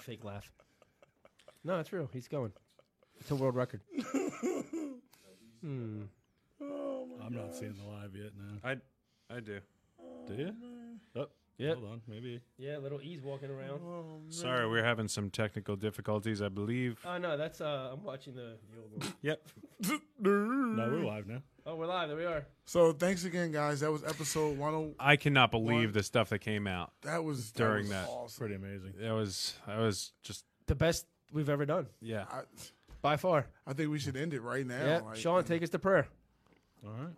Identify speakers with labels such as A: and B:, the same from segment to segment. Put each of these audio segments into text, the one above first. A: fake laugh. No, it's real. He's going. It's a world record.
B: I'm not seeing the live yet now.
C: I, I do.
B: Do you? Oh,
A: Yeah.
B: Hold on. Maybe.
A: Yeah, little E's walking around.
C: Sorry, we're having some technical difficulties, I believe.
A: Oh no, that's uh, I'm watching the, the old one.
C: Yep.
B: No, we're live now.
A: Oh, we're live. There we are.
D: So thanks again, guys. That was episode one. oh-
C: I cannot believe the stuff that came out.
D: That was that
C: During
D: was
C: that.
D: awesome.
B: Pretty amazing.
C: That was, I was just,
A: The best we've ever done
C: yeah.
D: I,
A: by far.
D: I think we should end it right now.
A: Yeah,
D: like-
A: Sean, take us to prayer.
B: All right.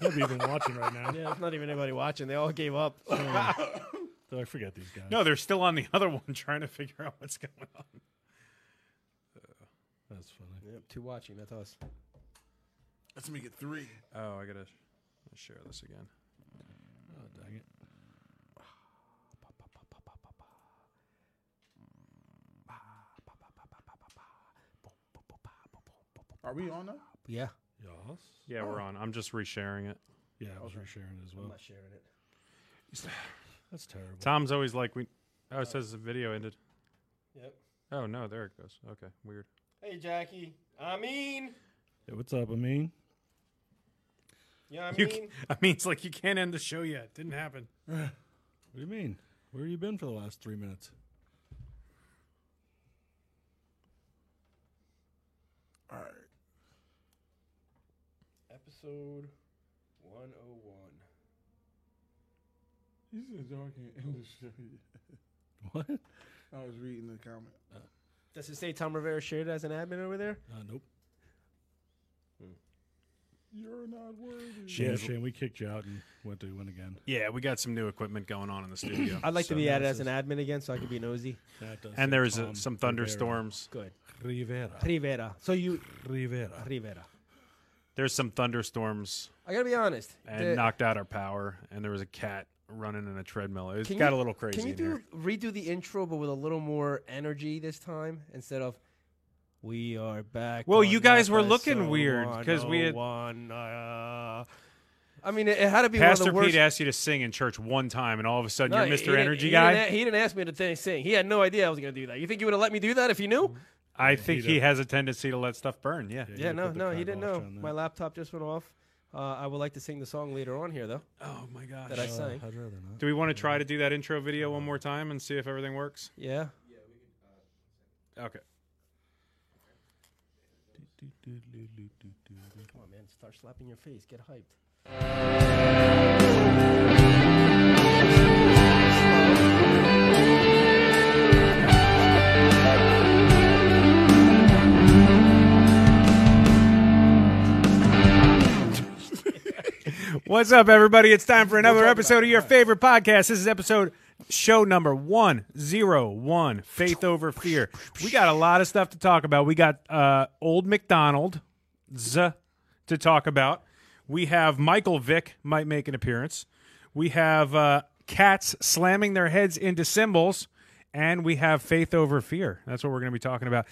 B: There's nobody even watching right now.
A: Yeah, it's not even anybody watching. They all gave up.
B: They're like, forget these guys.
C: No, they're still on the other one trying to figure out what's going on.
B: That's funny.
A: yep, two watching. That's us.
D: let's make it three.
C: Oh, I gotta share this again.
B: Oh, dang it.
D: Are we on now?
A: Yeah,
B: Y'all?
C: Yeah, we're on. I'm just resharing it.
B: Yeah, I was resharing it as
A: I'm
B: well.
A: not sharing it.
B: That's terrible.
C: Tom's always like, we. Oh, it says the video ended.
A: Yep.
C: Oh no, there it goes. Okay, weird.
A: Hey, Jackie. I mean,
B: Hey, what's up, Amin?
A: yeah, I
C: You,
A: mean.
C: ca- I mean, it's like you can't end the show yet. It didn't happen.
B: What do you mean? Where you been for the last three minutes?
D: All right.
A: Episode 101.
D: He said y'all can't end the show. yet."
B: What? Uh,
D: I was reading the comment.
A: Does it say Tom Rivera shared as an admin over there?
B: nope.
D: You're not worthy.
B: Shane, Shane, we kicked you out and went to win again.
C: Yeah, we got some new equipment going on in the studio.
A: I'd like to
C: so-
A: be added as an admin again so I could be nosy.
B: That does say
C: And there's
B: Tom
C: a, some thunderstorms.
A: Good.
B: Rivera.
A: Uh, Rivera. So you,
B: Rivera.
A: Rivera.
C: There's some thunderstorms
A: I gotta be honest.
C: and
A: the-
C: knocked out our power. And there was a cat running in a treadmill. It
A: Can
C: got
A: you-
C: a little crazy.
A: Can you
C: in
A: do
C: here.
A: redo the intro but with a little more energy this time instead of we are back.
C: Well,
A: on
C: you guys were looking
A: episode
C: weird 'cause we had-
A: 101, uh, I mean, it, it had to be
C: Pastor
A: one of the worst.
C: Pete asked you to sing in church one time, and all of a sudden
A: No,
C: you're
A: he
C: Mr.
A: didn't-
C: Energy
A: he
C: guy.
A: Didn't, a- he didn't ask me to th- sing. He had no idea I was going to do that. You think you would have let me do that if you knew?
C: I think
B: he
C: he
B: did.
C: has a tendency to let stuff burn. Yeah.
A: Yeah,
B: you
A: no,
B: put the
A: no, he
B: kibosh
A: didn't know.
B: on that.
A: My laptop just went off. Uh, I would like to sing the song later on here, though.
C: Oh my gosh.
A: That I sang.
B: Uh, I'd rather not.
C: Do we want to try to do that intro video one more time and see if everything works?
A: Yeah.
C: Okay.
A: Come on, man. Start slapping your face. Get hyped.
C: What's up, everybody? It's time for another episode of your favorite podcast. This is episode show number 101 Faith Over Fear. We got a lot of stuff to talk about. We got uh, Old McDonald to talk about. We have Michael Vick might make an appearance. We have uh, cats slamming their heads into cymbals. And we have Faith Over Fear. That's what we're going to be talking about.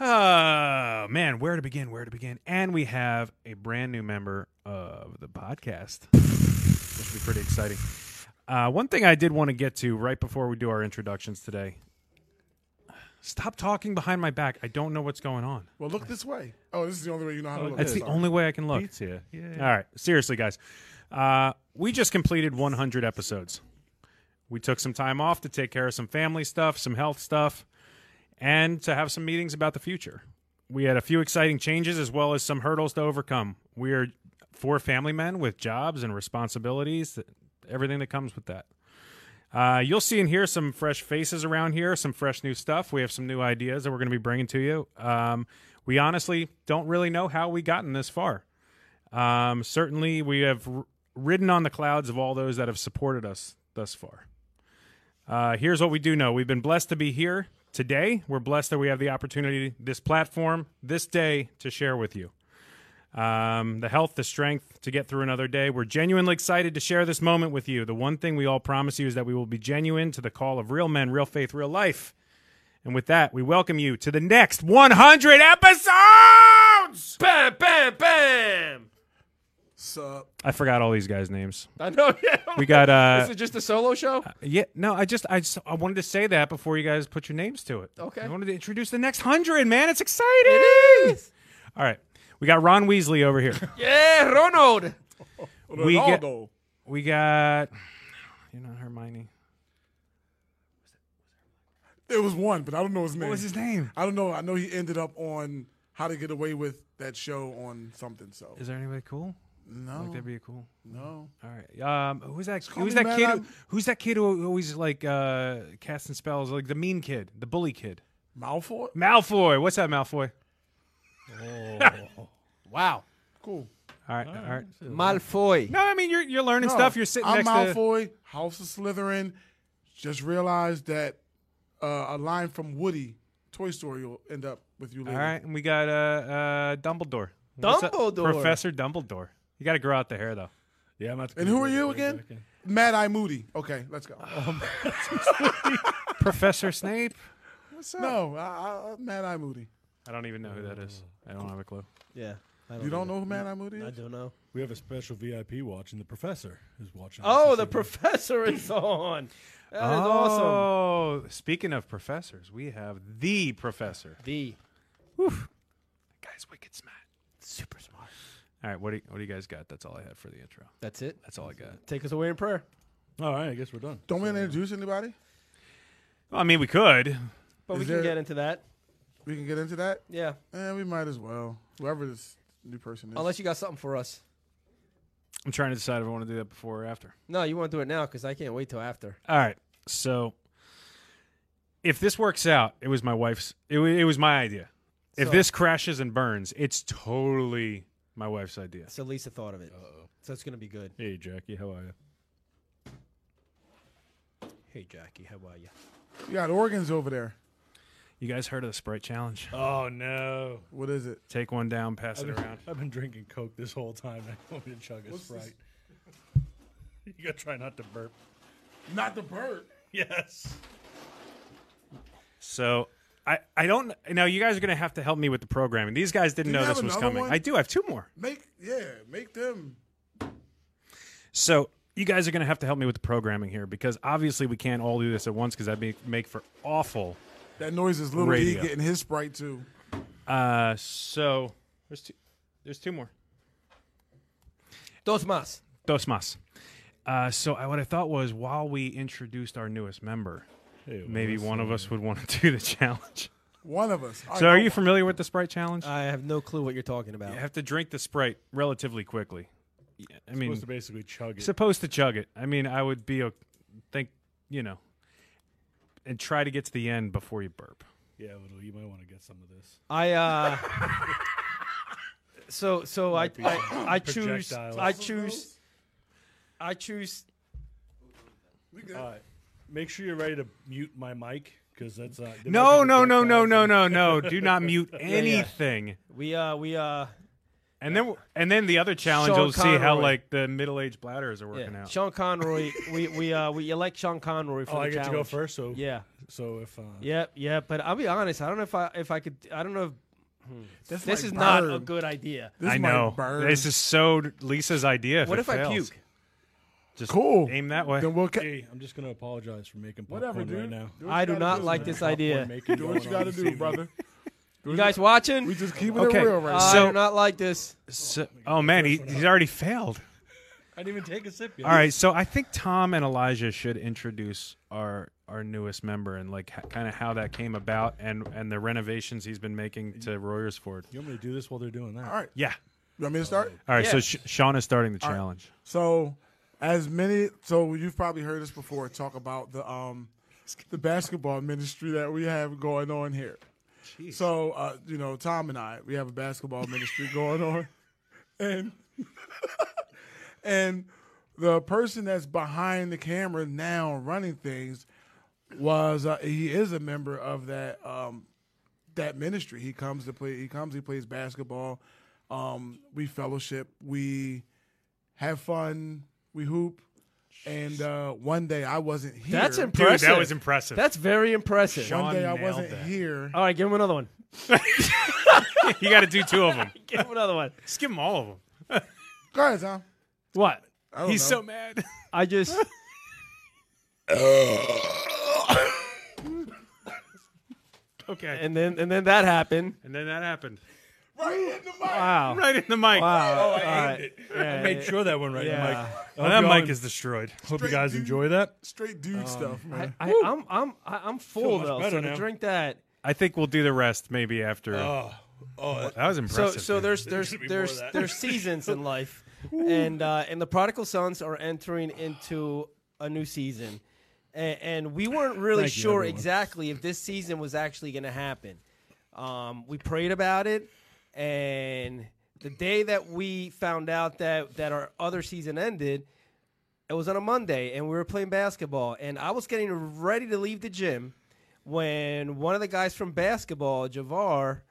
C: Oh man, where to begin? Where to begin? And we have a brand new member of the podcast. This will be pretty exciting. Uh, one thing I did want to get to right before we do our introductions today. Stop talking behind my back. I don't know what's going on.
D: Well, look this way. Oh, this is the only way you know how to look.
C: That's the
D: Sorry.
C: only way I can look.
B: Pete's here.
C: All
B: Yeah.
C: right, seriously, guys, uh, we just completed 100 episodes. We took some time off to take care of some family stuff, some health stuff, and to have some meetings about the future. We had a few exciting changes as well as some hurdles to overcome. We are four family men with jobs and responsibilities, th- everything that comes with that. Uh, you'll see and hear some fresh faces around here, some fresh new stuff. We have some new ideas that we're going to be bringing to you. Um, we honestly don't really know how we gotten this far. Um, certainly, we have r- ridden on the clouds of all those that have supported us thus far. Uh, here's what we do know we've been blessed to be here today. We're blessed that we have the opportunity, this platform, this day, to share with you. Um, the health, the strength to get through another day. We're genuinely excited to share this moment with you. The one thing we all promise you is that we will be genuine to the call of real men, real faith, real life. And with that, we welcome you to the next 100 episodes!
A: Bam, bam, bam.
D: Sup?
C: I forgot all these guys' names.
A: I know. Yeah.
C: We got
A: this
C: uh
A: is just a solo show.
C: yeah, no, I just I just I wanted to say that before you guys put your names to it.
A: Okay.
C: I wanted to introduce the next 100, man. It's exciting.
A: is.
C: All right. We got Ron Weasley over here.
A: Yeah, Ronald.
C: We get-
D: Ronaldo.
C: We got you're not Hermione.
D: There was one, but I don't know his name.
C: What was his name?
D: I don't know. I know he ended up on How to Get Away with that show on something. So
C: Is there anybody cool?
D: no,
C: Like that'd be cool.
D: no.
C: All right. Um, who's that?
D: call
C: Who's
D: me
C: that
D: Mad
C: kid?
D: Eye.
C: Who, who's that kid who always like uh, casting spells? Like the mean kid, the bully kid.
D: Malfoy.
C: Malfoy. What's that, Malfoy?
A: Wow.
D: Cool.
C: All right. All right.
A: Malfoy.
C: No, I mean you're you're learning
D: No,
C: stuff. You're sitting
D: I'm
C: next to.
D: Malfoy, House of Slytherin. Just realized that uh, a line from Woody, Toy Story, will end up with you
C: All
D: later.
C: right, and we got uh, uh, Dumbledore. What's up?
A: Dumbledore.
C: Professor Dumbledore. You got to grow out the hair though.
B: Yeah, I'm not.
D: And who are you again? Mad Eye Moody. Okay, let's go.
C: Uh, Professor Snape.
D: no, I, I, Mad Eye Moody.
C: I don't even know who that is. I don't have a clue.
A: Yeah. I
D: You don't know who Mad Eye Moody
A: I
D: is?
A: don't know.
B: We have a special VIP watch, and the professor is watching. us
A: Oh,
B: this
A: the
B: evening.
A: professor is on. That is awesome.
C: Oh, speaking of professors, we have the professor.
A: The
C: That guy's wicked smart.
A: super smart.
C: All right, what do you, what do you guys got? That's all I had for the intro.
A: That's it.
C: That's all I got.
A: Take us away in prayer.
B: All right, I guess we're done.
D: Don't we introduce anybody?
C: Well, I mean, we could.
A: But
D: Is
A: we can
D: there-
A: get into that.
D: We can get into that.
A: Yeah.
D: Eh, we might as well. Whoever this new person is.
A: Unless you got something for us.
C: I'm trying to decide if I want to do that before or after.
A: No, you want to do it now because I can't wait till after.
C: All right. So, if this works out, it was my wife's. It, wa- it was my idea. If
A: So-
C: this crashes and burns, it's totally my wife's idea.
A: So Lisa thought of it. So it's going to be good.
B: Hey, Jackie, how are you?
A: Hey, Jackie, how are you?
D: you got organs over there.
C: You guys heard of the Sprite Challenge?
B: Oh no,
D: What is it?
C: Take one down, pass it around.
B: I've been drinking Coke this whole time. I want me to chug a Sprite. you gotta try not to burp.
D: Not the bird.
B: Yes.
C: So. I, I don't now you guys are going to have to help me with the programming. These guys didn't
D: Do you
C: know
D: have
C: this was
D: another
C: coming.
D: one?
C: I do have two more.
D: Make yeah, make them.
C: So you guys are going to have to help me with the programming here because obviously we can't all do this at once because that'd make, make for awful.
D: That noise is little D
C: Radio.
D: getting his sprite too.
C: Uh, so there's two, there's two more.
A: Dos más.
C: Dos más. Uh, so I, what I thought was while we introduced our newest member,
B: Hey, well,
C: maybe
B: let's-
C: one of us would want to do the challenge.
D: One of us. All
C: So
D: right,
C: are
D: go-
C: you familiar with the Sprite challenge?
A: I have no clue what you're talking about.
C: you have to drink the Sprite relatively quickly. Yeah, I mean,
B: supposed to basically chug it.
C: supposed to chug it. I mean, I would be a think, you know, and try to get to the end before you burp.
B: yeah, well, you might want to get some of this.
A: I uh so so I
B: Might be
A: I, I choose
B: projectiles.
A: I choose I choose
D: We good.
B: All
A: Uh,
B: right. Make sure you're ready to mute my mic because that's uh, there might be
C: No,
B: the
C: no, no, no,
B: background.
C: no, no, no. Do not mute anything.
A: we uh we uh
C: And then and then the other challenge
A: Sean
C: will see how
A: Conroy.
C: like the middle aged bladders are working
A: yeah.
C: out.
A: Sean Conroy we we uh we elect Sean Conroy for the
B: Oh, I get to go
A: challenge.
B: first. So
A: Yeah.
B: So if uh,
A: Yep, yeah, but I'll be honest, I don't know if I if I could I don't know if
D: That's
A: this
D: like
A: is not a
D: burn.
A: good idea.
D: This
C: I
D: might
C: know.
D: burn.
C: This is so Lisa's idea. If
A: what
C: it
A: if I
C: fails.
A: puke?
C: Just
D: Cool.
C: Aim that way.
D: Then we'll ca-
B: hey, I'm just gonna apologize for making popcorn
D: whatever, dude.
B: right now.
D: what
A: I
D: you
A: do
D: gotta
A: not like
D: man.
A: this
B: Popcorn
A: idea.
B: making
D: Do what
B: going
D: you
B: on
D: got to
B: this
D: do,
B: evening.
D: brother.
A: You guys watching?
D: We just keeping
C: Okay.
D: it real right
A: I
C: So-
A: do not like this.
C: So- oh man, he, he's already failed.
B: I didn't even take a sip. Yet.
C: All right, so I think Tom and Elijah should introduce our our newest member and like h- kind of how that came about and and the renovations he's been making to Royersford.
B: You want me to do this while they're doing that?
D: now. All right.
C: Yeah.
D: You want me to start?
C: All right, so
A: Yeah.
C: Sh- Sean is starting the challenge.
D: So, as many, so you've probably heard us before talk about the um, the basketball ministry that we have going on here. So, uh, you know, Tom and I, we have a basketball ministry going on, and and the person that's behind the camera now running things was uh, he is a member of that um, that ministry. He comes to play. He comes. He plays basketball. Um, we fellowship. We have fun. We hoop. And uh, one day I wasn't here.
A: That's
D: One
A: impressive.
C: was impressive.
A: That's very impressive.
C: Sean
D: day I
C: nailed
D: wasn't
C: that.
D: here.
A: All right, give him another one.
C: you got to do two of them.
A: Give him another one.
C: Just give them all of them.
D: Go ahead, Tom.
C: What?
D: I don't
C: He's
D: know.
C: so mad.
A: I just.
C: okay.
A: and then and then that happened.
C: And then that happened.
D: right in the mic.
A: Wow.
C: Right in the
A: Wow.
C: mic.
B: Oh, I
A: All right.
B: aimed it.
A: Yeah,
B: I made
A: yeah.
B: sure that went right in the mic.
A: Yeah.
B: Hope
C: that
B: y'all
C: mic
B: en-
C: is destroyed.
B: Hope you
D: Straight
B: guys
D: dude.
B: enjoy that.
D: Straight dude stuff, man.
A: Um, I, I'm I'm I- I'm full
B: much
A: though.
B: better
A: So
B: now.
A: to drink that.
C: I think we'll do the rest maybe after.
B: Oh, oh,
C: that was
A: So
C: impressive.
A: so
C: dude.
A: there's there's
B: gonna be more of
A: there's
B: that.
A: there's seasons in life, and uh, and the prodigal sons are entering into a new season, and, and we weren't really
B: Thank you,
A: sure
B: everyone.
A: exactly if this season was actually going to happen. Um, we prayed about it, and the day that we found out that that our other season ended, it was on a Monday, and we were playing basketball, and I was getting ready to leave the gym when one of the guys from basketball, Javar,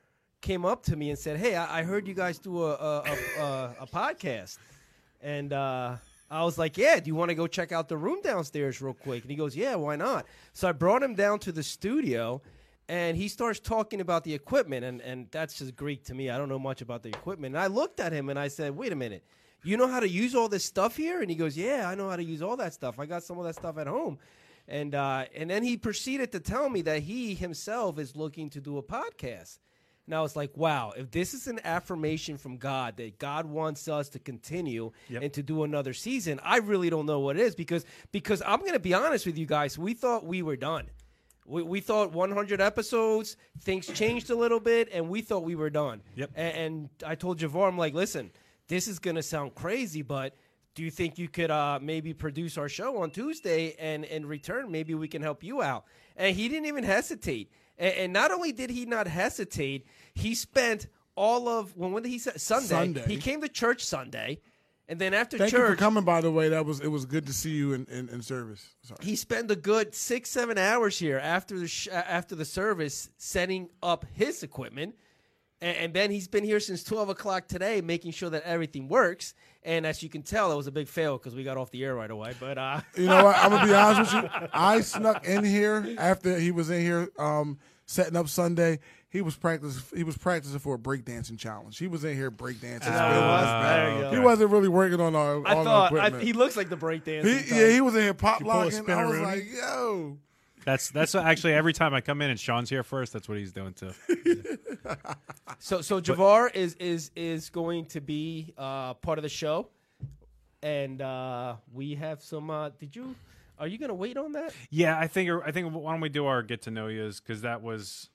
A: came up to me and said, "Hey, I, I heard you guys do a a, a, a, a podcast," and uh, I was like, "Yeah, do you want to go check out the room downstairs real quick?" And he goes, "Yeah, why not?" So I brought him down to the studio. And he starts talking about the equipment, and, and that's just Greek to me. I don't know much about the equipment. And I looked at him and I said, Wait a minute, you know how to use all this stuff here? And he goes, Yeah, I know how to use all that stuff. I got some of that stuff at home. And uh, and then he proceeded to tell me that he himself is looking to do a podcast. And I was like, wow, if this is an affirmation from God that God wants us to continue and to do another season, I really don't know what it is because because I'm gonna be honest with you guys, we thought we were done. We, we thought 100 episodes, things changed a little bit, and we thought we were done.
C: Yep.
A: A- And, I told Javar, I'm like, listen, this is going to sound crazy, but do you think you could uh, maybe produce our show on Tuesday? And in return, maybe we can help you out. And he didn't even hesitate. And, and not only did he not hesitate, he spent all of, when, when did he say? Sunday.
D: Sunday.
A: He came to church Sunday. And then after
D: Thank you for
A: church,
D: coming, by the way. That was it was good to see you in, in, in service. Sorry.
A: he spent a good six seven hours here after the sh- uh, after the service setting up his equipment and, and then he's been here since 12 o'clock today making sure that everything works and as you can tell it was a big fail because we got off the air right away but uh
D: You know what? I'm gonna be honest with you. I snuck in here after he was in here um, setting up Sunday. He was practicing. He was practicing for a breakdancing challenge. He was in here breakdancing.
A: Ah, there you go.
D: he wasn't really working on our.
A: i
D: on
A: thought
D: our
A: I,
D: equipment.
A: he looks like the breakdancer
D: He- yeah, he was in here pop
B: pull a
D: locking. I was
B: spinneroonie?
D: like, yo,
C: that's that's actually every time I come in and Sean's here first. That's what he's doing too.
A: so so javar is is is going to be uh part of the show and uh we have some uh did you are you gonna wait on that
C: Yeah, I think I think why don't we do our get to know yous because that was,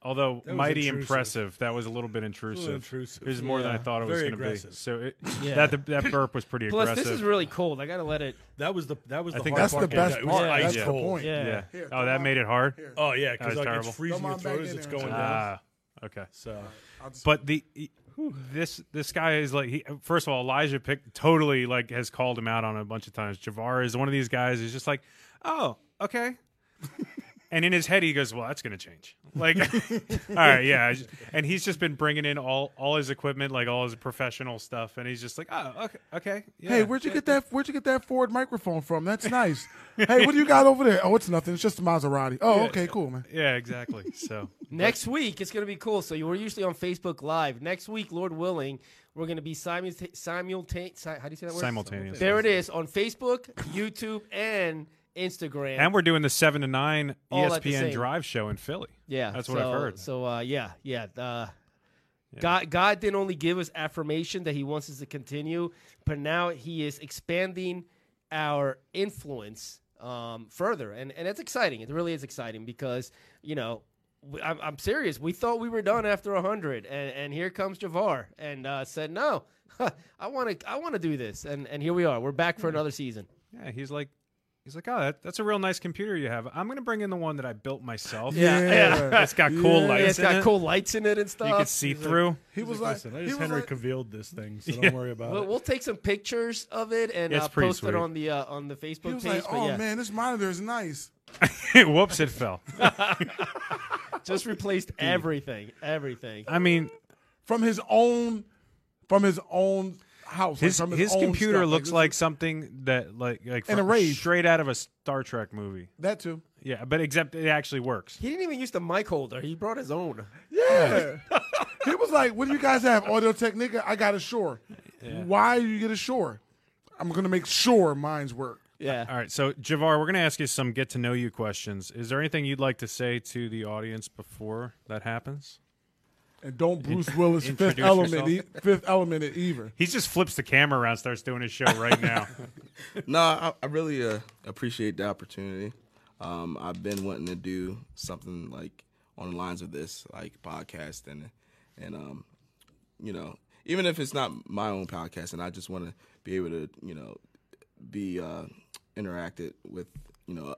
C: although
B: was
C: mighty
B: intrusive.
C: impressive, that was a little bit intrusive.
B: intrusive.
C: It was more than I
A: Yeah.
C: thought it was
B: Very
C: going to be.
B: aggressive.
C: So it,
A: Yeah.
C: that that burp was pretty
A: plus
C: aggressive.
A: this is really cold i gotta let it
B: that was the that was the
C: think
B: hard
D: that's the
B: part.
D: best
B: It was
D: part.
A: Yeah.
B: ice
D: That's the
B: cold.
D: point.
A: yeah,
C: yeah.
D: Here,
C: oh, that
D: come
C: made it hard.
B: Oh yeah, because
C: was
B: like
C: terrible.
B: it's freezing
D: Come
B: your
D: on back
B: throat as
D: in
B: it's
D: there.
B: going down.
C: Ah, okay.
B: So
C: But the e, this this guy is like he, first of all Elijah pick totally like has called him out on it a bunch of times. Javar is one of these guys who's just like, oh okay, and in his head he goes, well that's gonna change. Like, all right, yeah, I just- and he's just been bringing in all all his equipment, like all his professional stuff, and he's just like, oh okay, okay, yeah.
D: Hey, where'd you get that? Where'd you get that Ford microphone from? That's nice. hey, what do you got over there? Oh, it's nothing. It's just a Maserati. Oh, okay, cool, man.
C: yeah, exactly. So
A: Next week, it's going to be cool. So you- we're usually on Facebook Live. Next week, Lord willing, we're going to be simultaneous. how do you say that word?
C: Simultaneous.
A: There it is on Facebook, YouTube, and Instagram.
C: and we're doing the seven to nine E
A: All at the
C: ESPN
A: same.
C: Drive show in Philly.
A: yeah,
C: that's what
A: so,
C: I've heard.
A: So uh, yeah, yeah. Uh, God, God didn't only give us affirmation that He wants us to continue, but now He is expanding our influence um, further, and and it's exciting. It really is exciting because you know we- I'm, I'm serious. We thought we were done after hundred, and and here comes Javar and uh, said, "No, I want to I want to do this," and and here we are. We're back
C: Hmm.
A: for another season.
C: Yeah, he's like, he's like, oh, that, that's a real nice computer you have. I'm gonna bring in the one that I built myself.
A: Yeah. Yeah.
C: it's got cool
D: Yeah.
C: lights.
A: It's got
C: in it.
A: cool lights in it and stuff.
C: You can see through.
D: He was like,
B: listen, I
D: he was
B: just Henry
D: like,
B: Cavilled this thing, so
C: Yeah.
B: don't worry about
A: We'll,
B: it.
A: we'll take some pictures of it and
C: It's
A: uh,
C: pretty
A: post
C: sweet.
A: it on the uh, on the
D: he
A: Facebook
D: was
A: page.
D: like,
A: but
D: oh
A: yeah,
D: man, this monitor is nice.
C: Whoops! It fell.
A: just replaced everything, everything.
C: I mean,
D: from his own from his own house.
C: his
D: like from
C: his
D: own
C: computer
D: stuff. Like,
C: looks
D: this-
C: like something that like like
D: And a
C: from-
D: rage.
C: straight out of a Star Trek movie.
D: that too.
C: Yeah, but except it actually works.
A: He didn't even use the mic holder. He brought his own.
D: Yeah. he was like, "What do you guys have? Audio Technica? I got a Shure. Why do you get a sure? I'm gonna make sure mine's work.
A: Yeah.
C: All right, so Javar, we're going to ask you some get to know you questions. Is there anything you'd like to say to the audience before that happens?
D: And don't Bruce Willis fifth
C: introduce
D: element e-
C: yourself.
D: fifth element it either.
C: He just flips the camera around, starts doing his show right now.
E: No, I, I really uh, appreciate the opportunity. Um, I've been wanting to do something like on the lines of this, like podcast, and and um, you know, even if it's not my own podcast, and I just want to be able to, you know, be uh, interacted with, you know,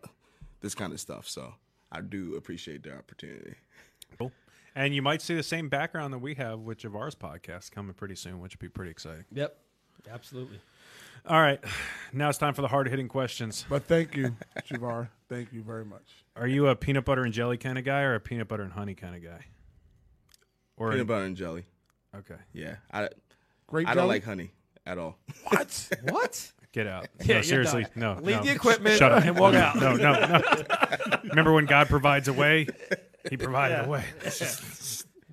E: this kind of stuff. So I do appreciate the opportunity.
C: cool. And you might see the same background that we have with Javar's podcast coming pretty soon, which would be pretty exciting.
A: Yep. Absolutely.
C: All right, now it's time for the hard hitting questions.
D: But thank you, Javar. Thank you very much.
C: Are you a peanut butter and jelly kind of guy or a peanut butter and honey kind of guy? Or
E: Peanut butter and jelly.
C: okay,
E: Yeah, I
D: Great.
E: I don't
D: jelly?
E: like honey at all.
D: what?
A: What?
C: get out.
A: Yeah,
C: no,
A: you're
C: seriously,
A: done.
C: no.
A: Leave
C: no.
A: the equipment
C: Shut up.
A: and walk
C: no,
A: out.
C: No, no, no. Remember when God provides a way? He provided a way.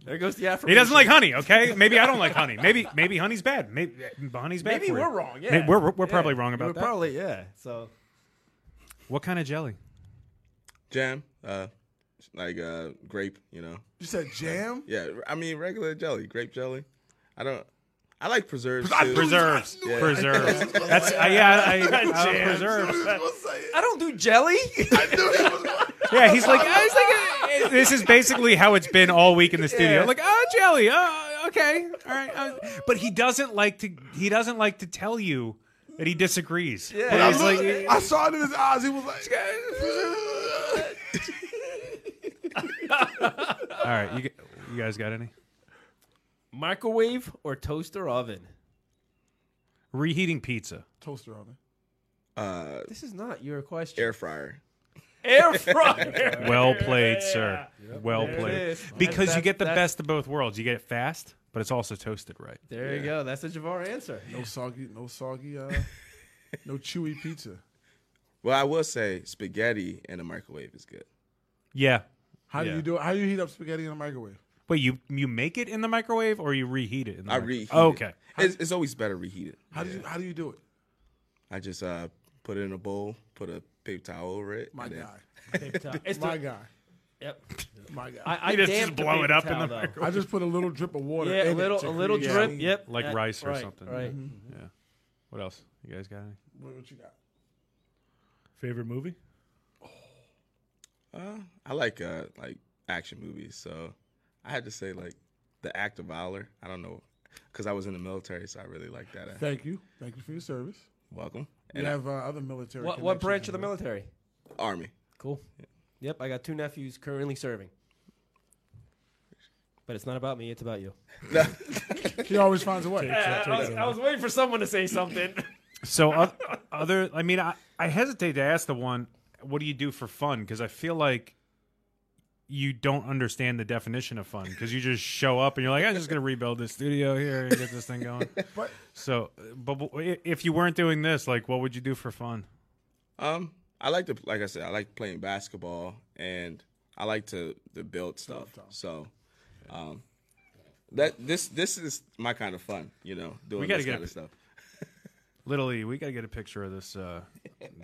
A: There goes the Afro.
C: He doesn't like honey. Okay, maybe I don't like honey. Maybe maybe honey's bad. Maybe honey's bad.
A: Maybe
C: for you.
A: we're wrong. Yeah.
C: May- we're we're, we're
A: Yeah.
C: probably wrong about
A: We're
C: that.
A: Probably yeah. So
C: what kind of jelly?
E: Jam, uh, like uh, grape, you know.
D: You said jam?
E: Yeah, I mean regular jelly, grape jelly. I don't. I like preserves.
D: I
E: too.
D: knew-
C: Preserves.
E: Yeah.
C: Preserves. That's uh, yeah. I, I, uh, preserves.
A: I don't do jelly.
C: Yeah, he's like, I was like, uh, this is basically how it's been all week in the studio.
A: Yeah.
C: Like, oh, jelly. Oh, okay, all right. Uh, but he doesn't like to. He doesn't like to tell you that he disagrees.
A: Yeah.
D: I,
C: he's
D: looked-
C: like,
D: I saw it in his eyes. He was like,
C: all right, you, g- you guys got any
A: Microwave or toaster oven?
C: reheating pizza?
D: toaster oven.
E: Uh,
A: This is not your question.
E: air fryer.
A: Air, fryer.
C: Well played, sir. Well
A: There it
C: played.
A: is.
C: Because
A: That's-
C: you get the
A: that's-
C: best of both worlds. You get it fast, but it's also toasted right.
A: There you go. That's the Javar answer.
D: No soggy, no soggy, uh, no chewy pizza.
E: Well, I will say spaghetti in a microwave is good.
C: Yeah.
D: How do
C: Yeah.
D: you do it? How do you heat up spaghetti in the microwave?
C: Wait, you you make it in the microwave or you reheat it? In the
E: I
C: micro-
E: reheat.
D: Oh,
C: Okay.
E: It. It's, it's always better reheated.
D: How do you how do you do it?
E: I just uh, put it in a bowl, put a paper towel over it.
D: My
E: and then-
D: guy,
A: It's
D: my
A: the-
D: guy,
A: Yep.
D: my guy.
A: I, I
C: You just-
A: damp
C: just
A: the
C: blow it
A: paper
C: up in
A: towel,
C: the
A: though.
C: microwave.
D: I just put a little drip of water.
A: Yeah, Mm-hmm. a
D: in it
A: little,
D: to
A: a little
D: create
A: drip.
D: steam.
A: Yep.
C: Like
A: Yeah,
C: rice or
A: right,
C: something.
A: Right.
C: Yeah. What else? You guys got any?
D: What, what you got?
B: Favorite movie?
E: Uh, I like uh, like action movies, so I had to say like the act of valor. I don't know, because I was in the military, so I really like that. Uh,
D: Thank you, thank you for your service.
E: welcome.
D: We
E: And I-
D: have uh, other military.
A: What, what
D: connections
A: branch
D: as
A: of the
D: well.
A: military?
E: army.
A: Cool. Yep. I got two nephews currently serving. But it's not about me. It's about you.
D: He always finds a way.
A: waiting for someone to say something.
C: So oth- other, I mean, I, I hesitate to ask the one. What do you do for fun? Because I feel like you don't understand the definition of fun. Because you just show up and you're like, I'm just gonna rebuild this studio here and get this thing going.
D: But-
C: so, but w- i- if you weren't doing this, like, what would you do for fun?
E: Um, I like to, like I said, I like playing basketball, and I like to to build stuff. So, um, that this this is my kind of fun, you know, doing
C: gotta
E: this
C: get
E: kind
C: a-
E: of stuff.
C: Literally, E, we gotta get a picture of this. Uh,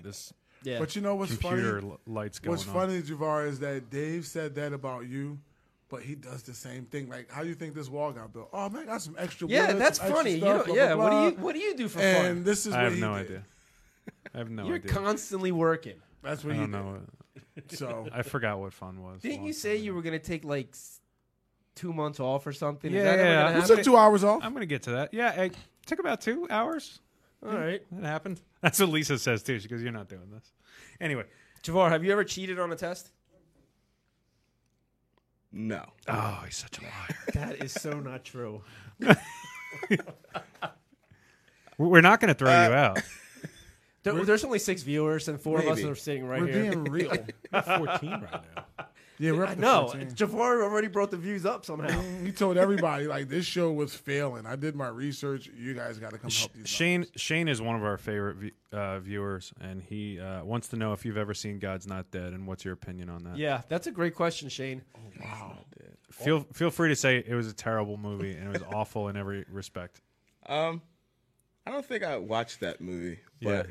C: this
A: Yeah.
D: But you know what's
C: computer
D: funny?
C: l- lights going
D: What's
C: on.
D: funny, Javar, is that Dave said that about you, but he does the same thing. Like, how do you think this wall got built? Oh man, I got some extra.
A: yeah,
D: wood,
A: that's
D: some extra
A: funny. you
D: stuff,
A: don't,
D: blah,
A: yeah.
D: blah,
A: what do
D: blah.
A: you What do you do for
D: and
A: fun?
D: this is
C: I
D: what
C: have
D: he
C: no
D: did.
C: idea. I have no
A: You're
C: idea.
A: constantly working.
D: That's what
C: I
D: he
C: don't
D: did.
C: know.
D: So
C: I forgot what fun was.
A: Didn't
C: Long
A: you say
C: time
A: you
C: ago.
A: were gonna take like s- two months off or something?
C: Yeah,
A: Is that ever
C: yeah.
A: gonna
D: we
A: happen?
D: took two hours off.
C: I'm gonna get to that. Yeah, it took about two hours.
A: All right,
C: That happened. That's what Lisa says too. She goes, "You're not doing this." Anyway,
A: Javar, have you ever cheated on a test?
E: No,
C: oh, he's such a liar.
A: That is so not true.
C: We're not going to throw you out.
A: There, there's only six viewers and four of us
E: Maybe.
A: are sitting right
D: We're
A: here.
D: being real.
B: 14 right now.
D: Yeah, we're up
A: I
D: to
A: know.
D: 14.
A: Javar already brought the views up somehow.
D: He told everybody like this show was failing. I did my research. You guys got to come help these.
C: Shane Shane is one of our favorite vi- uh, viewers, and he uh, wants to know if you've ever seen God's Not Dead, and what's your opinion on that?
A: yeah, that's a great question, Shane.
C: Feel feel free to say it was a terrible movie and it was awful in every respect.
E: um, I don't think I watched that movie, but
C: Yeah.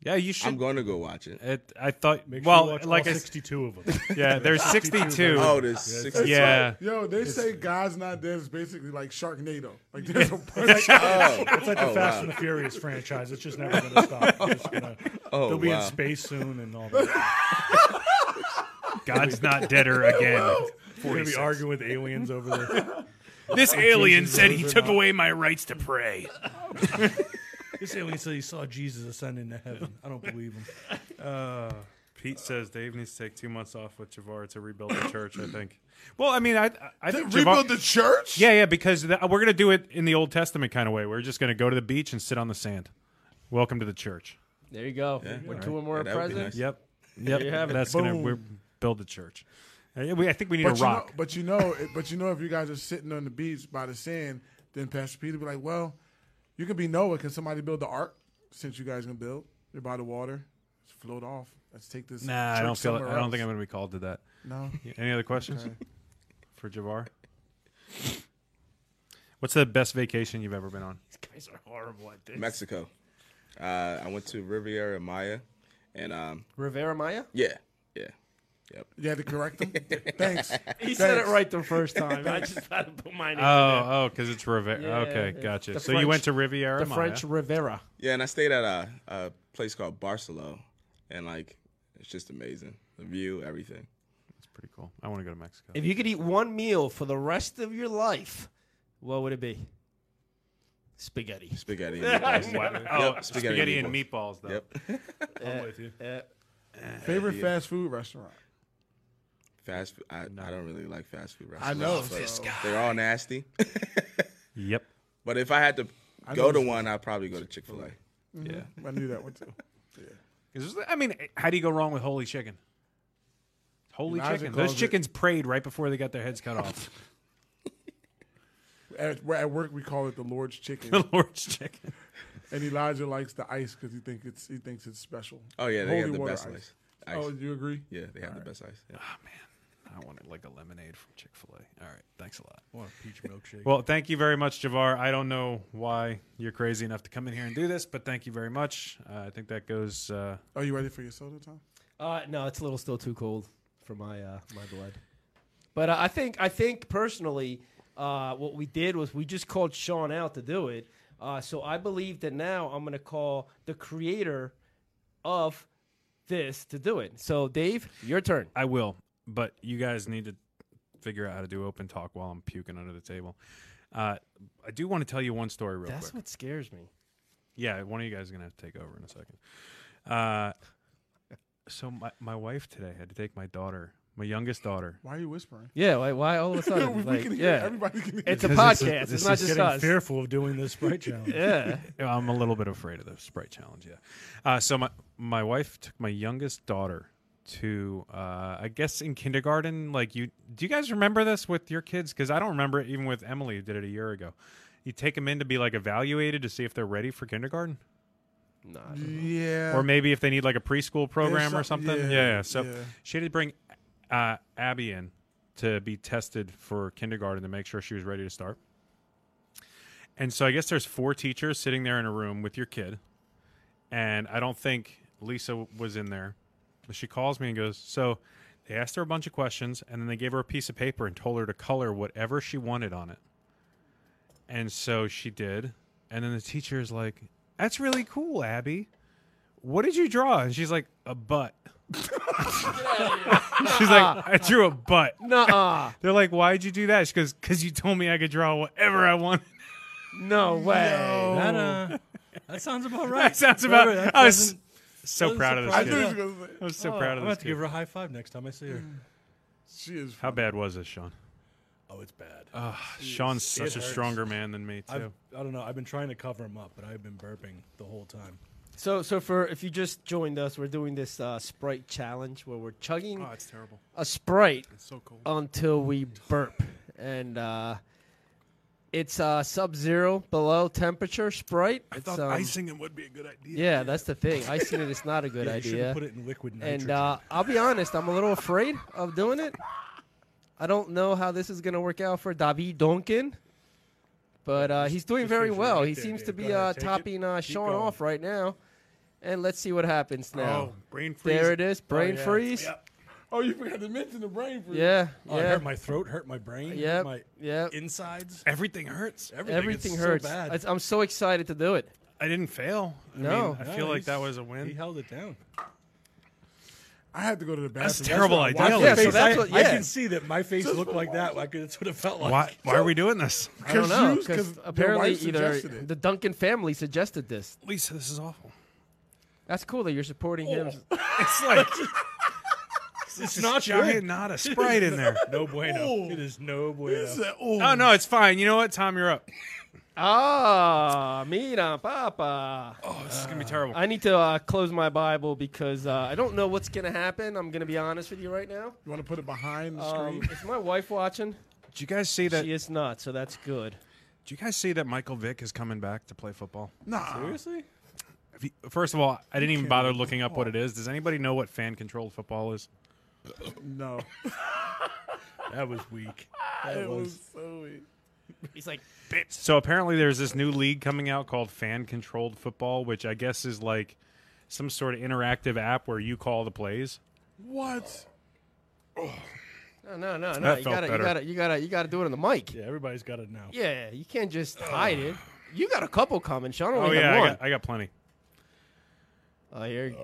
C: Yeah, you
E: I'm
C: should.
E: going to go watch it.
C: It, I thought.
B: Make sure you
C: well,
B: watch
C: like
B: all
C: I, s-
B: 62 of them.
C: yeah, there's 62.
E: Oh, there's six.
C: yeah,
D: Yo, they say God's Not Dead is basically like Sharknado. Like there's a bunch
E: Oh,
B: It's like the
E: Oh,
B: Fast
E: wow.
B: and the Furious franchise. It's just never going to stop. It's just gonna-
E: oh,
B: they'll be in
E: wow.
B: space soon and all that.
C: God's not deadder again.
B: They're going to be arguing with aliens over there.
C: This alien
B: Jesus
C: said he
B: Rosen
C: took
B: Hall.
C: away my rights to pray.
B: This alien said he saw Jesus ascend into heaven. I don't believe him.
C: Pete says Dave needs to take two months off with Javar to rebuild the church. I think. Well, I mean, I I think
D: of
C: Javar-
D: rebuild the church.
C: yeah, yeah, because tha- we're gonna do it in the Old Testament kind of way. We're just gonna go to the beach and sit on the sand. Welcome to the church.
A: There you go. We're two or more
E: Yeah, that would be
A: presents.
E: nice.
C: Yep, yep.
A: you have it.
C: That's gonna we're build the church. Uh, we- I think we need
D: But
C: a
D: you, know,
C: rock.
D: but you know, but you know, if you guys are sitting on the beach by the sand, then Pastor Peter be like, "Well, you can be Noah. Can somebody build the ark? Since you guys can build, you're by the water. Just float off. Let's take this.
C: nah, I
D: church
C: don't feel. it.
D: somewhere
C: I don't
D: else."
C: think I'm gonna be called to that.
D: No.
C: Yeah, Any other questions for Javar? What's the best vacation you've ever been on?
B: Guys are horrible at this.
E: Mexico. Uh, I went to Riviera Maya, and um,
A: Rivera Maya?
E: yeah, yeah, yep.
D: You had to correct him. Thanks.
A: He said it right the first time. I just had to put my name.
C: Oh, oh, because it's Riviera.
A: Yeah,
C: okay,
A: it's
C: gotcha.
A: the
C: so you went
A: French-
C: to Riviera
A: the
C: Maya.
A: French Rivera.
E: Yeah, and I stayed at a, a place called Barcelo, and like it's just amazing. The view, everything.
C: It's pretty cool. I want to go to Mexico.
A: If you could eat one meal for the rest of your life, what would it be? Spaghetti.
E: Spaghetti. And meatballs.
C: Oh,
E: Yep,
C: spaghetti,
E: spaghetti
C: and
E: and
C: meatballs, though.
E: Yep.
B: I'm with you.
A: Uh,
D: Favorite fast food restaurant.
E: Fast food. I, I don't really like fast food
D: I
E: restaurants.
D: know.
E: but
D: so-
E: They're all nasty.
C: Yep.
E: but if I had to
D: I
E: go
D: know
E: to
D: this-
E: one, I'd probably go to Chick Fil A. Yeah.
D: I knew that one too.
C: 'Cause it's- I mean, how do you go wrong with holy chicken? Holy
D: Elijah
C: chicken. Those
D: calls it-
C: chickens prayed right before they got their heads cut off.
D: At, we're at work, we call it the Lord's Chicken,
C: the Lord's chicken.
D: and Elijah likes the ice because he think it's he thinks it's special.
E: Oh yeah, they
D: Holy
E: have the
D: water
E: best
D: ice.
E: ice. ice.
D: Oh, you agree?
E: yeah, they have the best ice. Yeah.
A: Ah,
C: Oh, I wanted like a lemonade from Chick Fil A. All right, thanks a lot.
B: Want a peach milkshake.
C: Well, thank you very much, Javar. I don't know why you're crazy enough to come in here and do this, but thank you very much. Uh, I think that goes. Uh,
D: Are you ready for your soda, Tom?
A: Uh, no, it's a little still too cold for my uh, my blood. But uh, I think I think personally, uh, what we did was we just called Sean out to do it. Uh, so I believe that now I'm going to call the creator of this to do it. So Dave, your turn.
C: I will, but you guys need to figure out how to do open talk while I'm puking under the table. Uh, I do want to tell you one story real
A: That's
C: quick.
A: what scares me.
C: Yeah, one of you guys is gonna have to take over in a second. Uh, so my my wife today had to take my daughter, my youngest daughter.
D: Why are you whispering?
A: Yeah, why, why all of a sudden? like,
D: can hear it.
A: yeah,
D: Everybody can hear
A: it's a
C: Because
A: podcast.
C: it's
A: It's,
C: a-
A: not
C: this is
A: just
B: Getting
A: us.
B: fearful of doing this sprite challenge.
A: Yeah,
C: I'm a little bit afraid of the sprite challenge. Yeah. Uh, so my my wife took my youngest daughter to uh, I guess in kindergarten. Like you, do you guys remember this with your kids? Because I don't remember it even with Emily who did it a year ago. You take them in to be like evaluated to see if they're ready for kindergarten.
A: nah,
D: Yeah.
C: or maybe if they need like a preschool program or
D: There's some-
C: something. Yeah.
D: yeah,
C: yeah. So
D: yeah.
C: she had to bring uh, Abby in to be tested for kindergarten to make sure she was ready to start. And so I guess there's four teachers sitting there in a room with your kid, and I don't think Lisa was in there. But she calls me and goes, "So they asked her a bunch of questions, and then they gave her a piece of paper and told her to color whatever she wanted on it." And so she did. And then the teacher is like, "That's really cool, Abby." what did you draw? And she's like, a butt. she's like, I drew a butt.
A: Nuh-uh.
C: They're like, why'd you do that? She goes, because you told me I could draw whatever I wanted.
A: no way.
B: That, uh, that sounds about right.
C: That sounds about.
B: That
C: I was
B: wasn't-
C: so
B: wasn't
C: proud of this
D: I
B: surprising.
D: knew
C: kid.
D: what you were gonna say.
C: I was so
B: Oh,
C: proud
B: I'm
C: of
B: about
C: this
B: to
C: kid.
B: give her a high five next time I see her.
A: Mm.
D: She is.
C: How bad was this, Sean?
B: Oh, it's bad.
A: Uh,
C: Sean's such a
B: hurts.
C: stronger man than me too.
B: I've, I don't know. I've been trying to cover him up, but I've been burping the whole time.
A: So, so for if you just joined us, we're doing this uh, Sprite challenge where we're chugging
C: Oh, it's terrible.
A: a Sprite
C: It's so cold.
A: until we burp, and uh, it's uh, sub-zero below temperature Sprite. It's, um,
C: it would be a good idea.
A: Yeah, that's the thing. Icing it is not a good
B: Yeah, you should
A: idea.
B: have put it in liquid nitrogen.
A: and uh, I'll be honest, I'm a little afraid of doing it. I don't know how this is gonna work out for David Duncan, But uh, he's doing
B: Just
A: very
B: finish it
A: well.
B: right
A: He
B: there,
A: seems
B: dude.
A: to
B: Go
A: be
B: ahead,
A: uh,
B: take it.
A: topping uh,
B: Keep
A: Sean
B: going.
A: off right now. And let's see what happens now.
C: Oh, brain freeze.
A: there it is. Brain
B: Oh, yeah.
A: freeze.
B: Yeah.
D: Oh, you forgot to mention the brain freeze.
A: Yeah.
B: Oh, It
A: Yeah.
B: hurt my throat, hurt my brain, hurt
A: Yep.
B: my
A: Yep.
B: insides.
C: Everything hurts.
B: Everything,
A: Everything
B: it's
A: hurts.
B: So bad.
A: It's- I'm so excited to do it.
C: I didn't fail. I
A: No.
C: mean, I
B: No,
C: feel like
B: he's-
C: that was a
B: He
C: win.
B: held it down.
D: I had to go to the bathroom.
C: That's a terrible
D: what I
C: idea.
D: watched.
A: Yeah, so
B: Face,
A: that's
B: I,
A: what-
B: I
A: yeah.
B: can see that my face looked like that. Like that's what it felt like.
C: Why, why are we doing this?
A: I don't
D: 'Cause
A: know
D: you- 'cause
A: because
D: your
A: apparently
D: wife
A: either
D: suggested it.
A: the Duncan family suggested this.
C: Lisa, this is awful.
A: That's cool that you're supporting him.
B: Oh.
C: It's like
B: It's
C: this
B: not
C: giant
B: good.
C: knot of Sprite in there.
B: No bueno. It is no
D: He
B: bueno.
D: said, "Oh,
C: Oh no, it's fine. You know what, Tom? You're up.
A: Ah, mira, papa.
C: Oh, this is gonna be terrible.
A: I need to uh, close my Bible because uh, I don't know what's gonna happen. I'm gonna be honest with you right now.
D: you want to put it behind the
A: Um,
D: screen?"
A: is my wife watching?
C: Did you guys see that?
A: she is not, so that's good.
C: Did you guys see that Michael Vick is coming back to play football?
D: Nah,
B: Seriously?
C: If you- First of all, I didn't even bother looking up what it is. Does anybody know what fan-controlled football is?
D: no.
B: That was weak.
D: it
B: That was.
D: was so weird.
A: He's like,
C: So apparently, there's this new league coming out called fan-controlled football, which I guess is like some sort of interactive app where you call the plays.
D: What?
A: no, no, no, no.
C: That
A: You
C: felt
A: gotta, you
C: better.
A: gotta, you gotta, you gotta do it on the mic. Yeah,
B: Yeah, everybody's got it now.
A: you can't just hide it. You got a couple coming, Sean. Only
C: oh
A: had
C: yeah, I
A: one.
C: got, I got plenty.
A: Oh, here.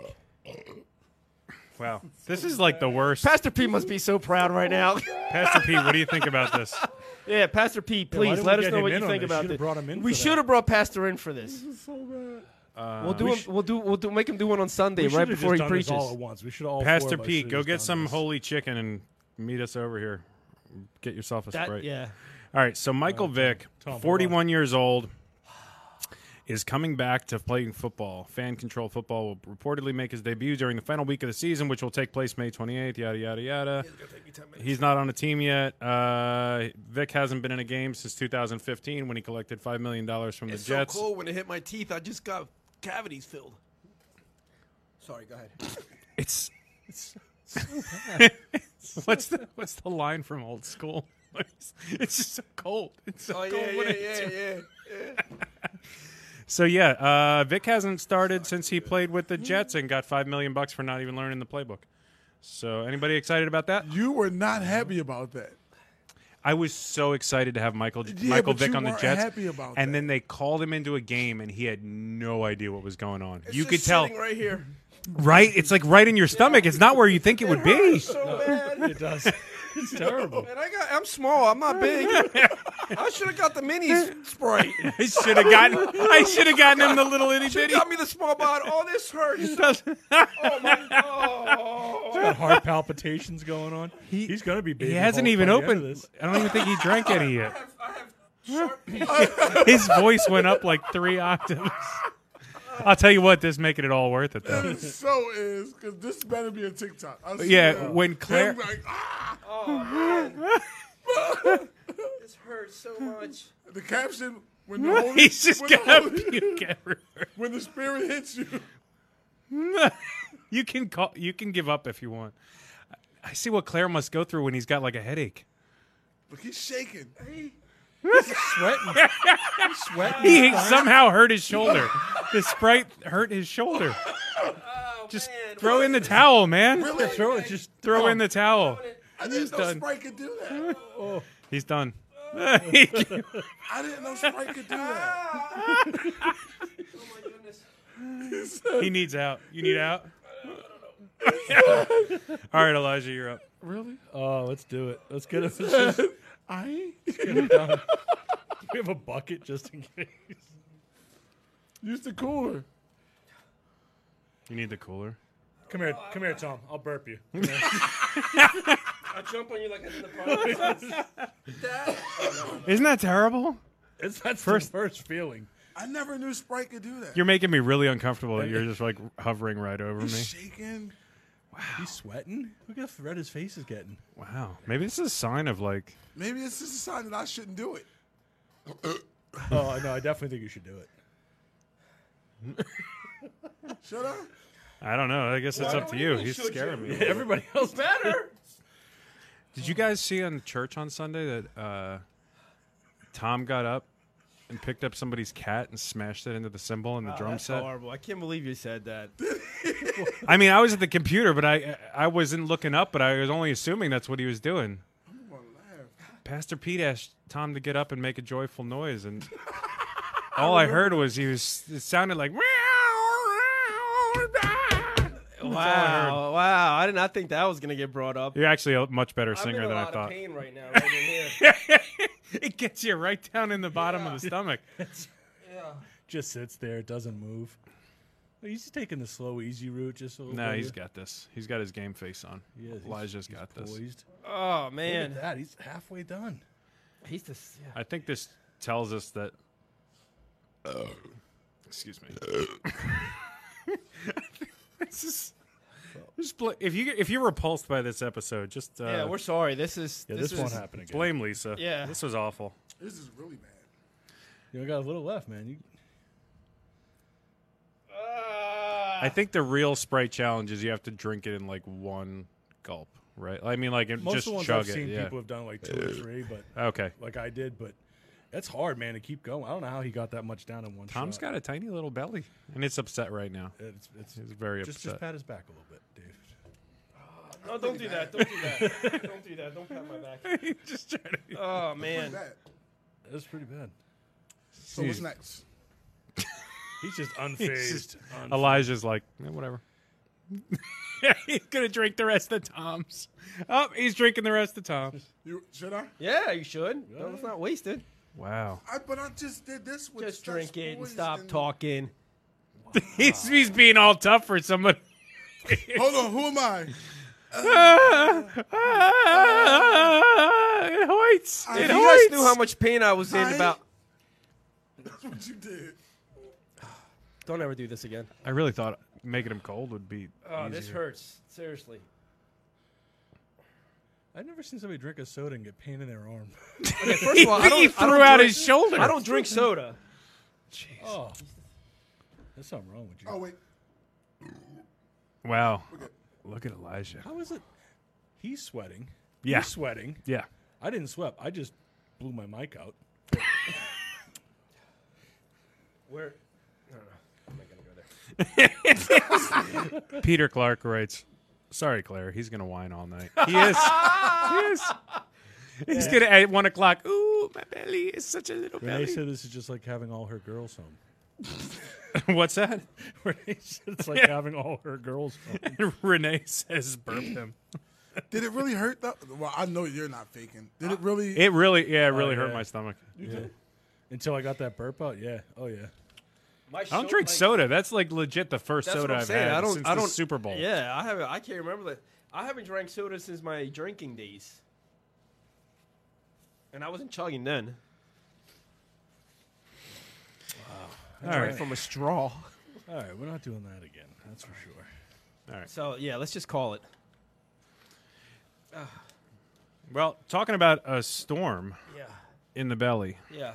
C: Wow, this is like the worst.
A: Pastor P must be so proud right now.
C: Pastor Pete, what do you think about this?
A: yeah, Pastor P,
B: why
A: please
B: didn't
A: let us
B: we get
A: know
B: him
A: what you
B: in on
A: think
B: this?
A: about
B: Should've
A: this.
B: brought him in
A: we
B: for that.
A: should have brought Pastor in for this.
D: So bad.
A: we'll do.
B: Uh, we
A: him,
B: sh-
A: we'll do. We'll do. Make him do one on Sunday
B: We
A: right
B: should've
A: before
B: just
A: he
B: done this
A: preaches.
B: all at once. We should all.
C: Pastor
B: four of us
C: Pete,
B: should've
C: go
B: just
C: get
B: done
C: some
B: this.
C: holy chicken and meet us over here. Get yourself a
A: That-
C: sprite.
A: yeah.
C: All right, so Michael Vick,
B: Tom, hold on.
C: 41 years old, is coming back to playing football. Fan control football will reportedly make his debut during the final week of the season, which will take place May 28th, yada, yada, yada. He's not on a team yet. Uh, Vick hasn't been in a game since 2015 when he collected $5 million from the Jets.
A: when it hit my teeth. I just got cavities filled. Sorry, go ahead.
C: It's. what's the what's the line from old school? It's just so cold. It's
D: Oh,
C: so cold. when
A: yeah.
C: it's- So yeah, uh, Vic hasn't started since he played with the Jets and got five million bucks for not even learning the playbook. So anybody excited about that?
D: You were not happy about that.
C: I was so excited to have Michael
D: Yeah,
C: Michael
D: but
C: Vick
D: you
C: on the
D: weren't
C: Jets,
D: happy about
C: and
D: that.
C: then they called him into a game and he had no idea what was going on. you could tell,
A: right here.
C: right? It's like right in your stomach. It's not where you think it would be.
A: So bad.
B: It does. It's terrible.
A: And I got. I'm small. I'm not big. I should have got the mini sprite.
C: I should have gotten I should have gotten him the little itty
A: Should
C: bitty.
A: have got me the small bottle. All this hurts. Oh my. Oh.
B: Got heart palpitations going on. He's gonna be.
C: He
B: baby
C: hasn't
B: Hulk
C: even
B: by the end of
C: opened.
B: this.
C: I don't even think he drank any yet.
A: I have sharp pain.
C: His voice went up like three octaves. I'll tell you what, this making it all worth it though.
D: It so is because this better be a TikTok. I
C: Yeah,
D: swear.
C: when Claire,
D: Him like, ah,
A: This hurts so much.
D: the caption when the holy,
C: he's just
D: when, the
C: gonna
D: Holy-
C: puke everywhere.
D: when the spirit hits you.
C: You can call. You can give up if you want. I see what Claire must go through when he's got like a headache.
D: Look, he's shaking.
B: Sweating. Sweating.
A: Oh,
C: He somehow hurt his shoulder. The sprite hurt his shoulder.
A: Oh,
C: Just throw in the towel, man.
D: Really?
B: Throw it. Just
C: Throw in the towel.
D: I didn't know
C: done.
D: Sprite could do that.
C: He's done.
D: I didn't know Sprite could do that.
A: Oh my goodness.
C: he needs out. You need out. All right, Elijah, you're up.
D: Really?
B: Oh, let's do it. Let's get it. Let's just
D: I?
B: get it done. Do we have a bucket just in case?
D: Use the cooler.
C: You need the cooler.
B: Come here, come here, Tom. I'll burp you.
A: I jump on you like I did the podcast. Dad.
C: Isn't that terrible?
B: It's that first first feeling.
D: I never knew Sprite could do that.
C: You're making me really uncomfortable that you're just like hovering right over me.
D: He's shaking.
B: He's sweating. Look how red his face is getting.
C: Wow. Maybe this is a sign of like
D: Maybe it's just a sign that I shouldn't do it.
B: Oh, I know. I definitely think you should do it.
D: Should I?
C: I don't know. I guess it's
A: Why
C: up
A: do
C: to
A: we
C: you.
A: even
C: He's
A: shoot
C: scaring
A: you?
C: me.
B: Everybody else.
A: Better.
C: Did you guys see on church on Sunday that uh, Tom got up and picked up somebody's cat and smashed it into the cymbal and the drum
A: That's
C: set.
A: horrible. I can't believe you said that.
C: I mean, I was at the computer, but I I wasn't looking up, but I was only assuming that's what he was doing. Pastor Pete asked Tom to get up and make a joyful noise, and all I heard was he was. It sounded like.
A: Wow, wow! I did not think that was gonna get brought up.
C: You're actually a much better singer
A: I'm in a
C: than
A: lot
C: I thought.
A: Of pain right now, right in here.
C: It gets you right down in the bottom of the stomach.
B: Just sits there, doesn't move. He's taking the slow, easy route. Just a little
C: No,
B: bit.
C: he's got this. He's got his game face on.
B: He is. He's-
C: Elijah's
B: he's
C: got this.
B: poised.
A: Oh
B: Look
A: man,
B: at that. He's halfway done.
A: he's just. Yeah.
C: I think this tells us that.
B: Oh.
C: Excuse me. this is. Just bl- if you if you're repulsed by this episode, just uh,
A: Yeah, we're sorry. This is
B: Yeah,
A: this,
B: this, won't
A: is-
B: happen again.
C: blame Lisa.
A: Yeah.
C: this was awful.
D: This is really bad.
B: You only got a little left, man. You,
A: Ah.
B: Ah.
C: I think the real Sprite challenge is you have to drink it in like one gulp, right? I mean, like it-
B: most
C: just
B: of the ones
C: chug
B: I've
C: it.
B: seen
C: yeah.
B: people have done like two or three, but
C: okay.
B: like I did, but that's hard, man, to keep going. I don't know how he got that much down in one
C: Tom's
B: shot.
C: got a tiny little belly, and it's upset right now.
B: It's, it's,
C: He's very
B: just,
C: upset.
B: just pat his back a little bit, Dave.
A: No, don't do that. Don't do that. don't do that. Don't pat my back.
C: Just trying to-
A: Oh man.
D: Bad.
B: That's pretty bad.
D: So what's next?
B: He's just unfazed.
C: just
B: unfazed.
C: Elijah's like, "Eh, whatever. he's gonna drink the rest of Tom's. Oh, he's drinking the rest of Tom's.
D: You should I?
A: Yeah, you should. No, it's not wasted.
C: Wow.
D: I? But I just did this with
A: Just
D: such
A: drink it and
D: poise
A: stop talking.
C: he's he's being all tough for somebody.
D: Hold on, who am I?
C: Ah, it hoits.
D: I-
C: It
D: You
A: If
D: know
A: you guys
C: hoits.
A: knew how much pain I was in
D: I-
A: about.
D: That's what you did.
A: Don't ever do this again.
C: I really thought making him cold would be.
A: Oh, this
C: easier.
A: hurts. Seriously.
B: I've never seen somebody drink a soda and get pain in their arm.
A: Okay, first of all, I
C: I think
A: don't,
C: he
A: I
C: threw
A: don't
C: out
A: drink,
C: his shoulder.
A: I don't drink soda.
B: Oh, there's something wrong with you.
D: Oh wait,
C: Wow. Look at Elijah.
B: How is it? He's sweating.
C: Yeah.
B: You're sweating.
C: Yeah.
B: I didn't sweat. I just blew my mic out.
A: Where? No, no. I'm not gonna go there.
C: Peter Clark writes, "Sorry, Claire. He's gonna whine all night. He is. he is. He's gonna at one o'clock. Ooh, my belly is such a little
B: Renee
C: belly.
B: said this is just like having all her girls home.
C: What's that?
B: Renee said it's like having all her girls home.
C: Renee says, burp him.
D: did it really hurt? Though? Well, I know you're not faking. Did it really?
C: It really, yeah, it
A: Oh,
C: really hurt
B: yeah.
C: my stomach.
B: Yeah. Until I got that burp out, yeah. Oh yeah.
A: My
C: I don't drink soda. That's like legit the first
A: That's
C: soda
A: what I'm
C: I've
A: saying.
C: had
A: I don't.
C: since
A: I
C: the
A: don't.
C: Super Bowl.
A: Yeah, I haven't. I can't remember that. I haven't drank soda since my drinking days, and I wasn't chugging then.
C: All right.
A: Drank from a straw.
B: All right, we're not doing that again. That's for sure.
A: So yeah, let's just call it.
C: Well, talking about a storm
A: Yeah.
C: in the belly
A: Yeah.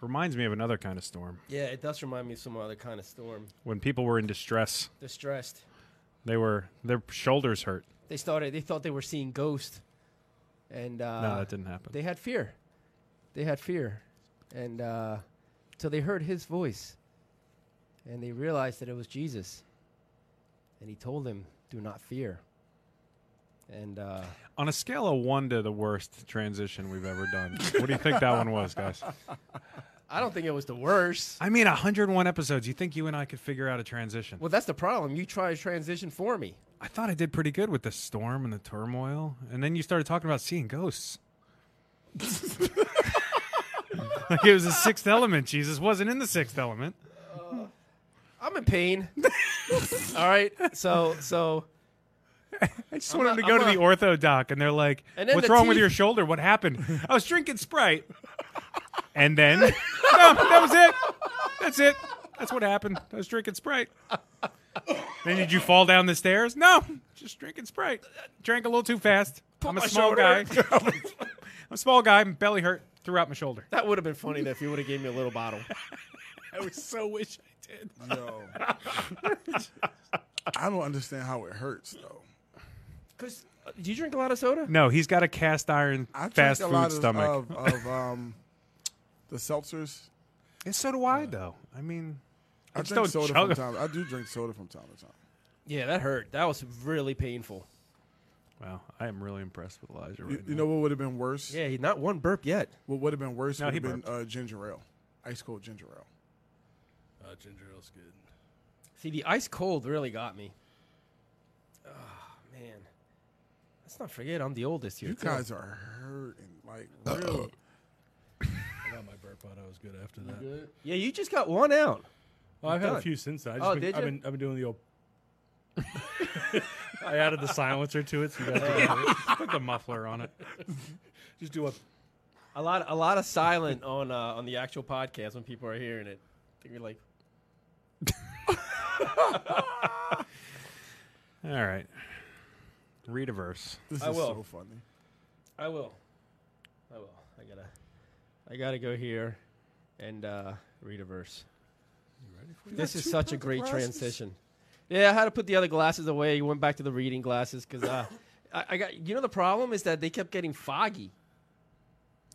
C: reminds me of another kind of storm.
A: Yeah. It does remind me of some other kind of storm.
C: When people were in distress,
A: Distressed.
C: they were their shoulders hurt.
A: They started. They thought they were seeing ghosts, and uh,
C: No, that didn't happen.
A: they had fear. They had fear, and uh, so they heard his voice, and they realized that it was Jesus. And he told them, "Do not fear." And uh,
C: On a scale of one to the worst transition we've ever done, what do you think that one was, guys?
A: I don't think it was the worst.
C: I mean, 101 episodes. You think you and I could figure out a transition?
A: Well, that's the problem. You try to transition for me.
C: I thought I did pretty good with the storm and the turmoil, and then you started talking about seeing ghosts. like it was the sixth element. Jesus wasn't in the sixth element.
A: I'm in pain. All right. So so
C: I just
A: I'm
C: wanted
A: a-
C: to go
A: I'm
C: to the
A: a-
C: ortho doc, and they're like,
A: And then
C: "What's
A: the
C: wrong with
A: teeth-
C: your shoulder? What happened?" I was drinking Sprite, and then no, that was it. That's it. That's what happened. I was drinking Sprite. then did you fall down the stairs? No, just drinking Sprite. Drank a little too fast. I'm a
A: my
C: small
A: shoulder.
C: guy. I'm a small guy. My belly hurt throughout my shoulder.
A: that would have been funny if you would have gave me a little bottle.
C: I would so wish I did.
D: Yo. I don't understand how it hurts though.
A: Cause uh, do you drink a lot of soda?
C: No, he's got a cast iron
D: I
C: fast
D: drink
C: food
D: a lot of, uh,
C: stomach.
D: of, of um, the seltzers.
C: And so do I, though. I mean,
D: I
C: just
D: drink
C: don't
D: soda
C: chug
D: from
C: 'em.
D: time. I do drink soda from time to time.
A: Yeah, that hurt. That was really painful.
C: wow, I am really impressed with Elijah right
D: You, you
C: now.
D: know what would have been worse?
A: Yeah, he- not one burp yet.
D: What would have been worse
C: No,
D: would
C: he
D: have been
C: burped.
D: uh, ginger ale, ice cold ginger ale.
B: Uh, ginger ale's good.
A: See, the ice cold really got me. Oh, man. Let's not forget I'm the oldest here.
D: You
C: uh,
A: too.
D: guys are hurting like real.
B: I got my burp out. I was good after that.
A: Yeah, you just got one out.
B: Well, I've had a
A: Done.
B: few since then. I
A: Oh,
B: been,
A: did
B: I've
A: ya?
B: been I've been doing the old. I added the silencer to it, so
A: Oh,
B: you guys can hear it.
C: Put the muffler on it.
B: just do a.
A: A lot, a lot of silent on uh, on the actual podcast when people are hearing it. They're gonna be like,
C: All right. Read a verse.
D: This
A: I
D: is
A: will.
D: so funny.
A: I will, I will. I gotta, I gotta go here and uh, read a verse. This is such a great transition. Yeah, I had to put the other glasses away. You went back to the reading glasses because uh, I, I got. You know, the problem is that they kept getting foggy.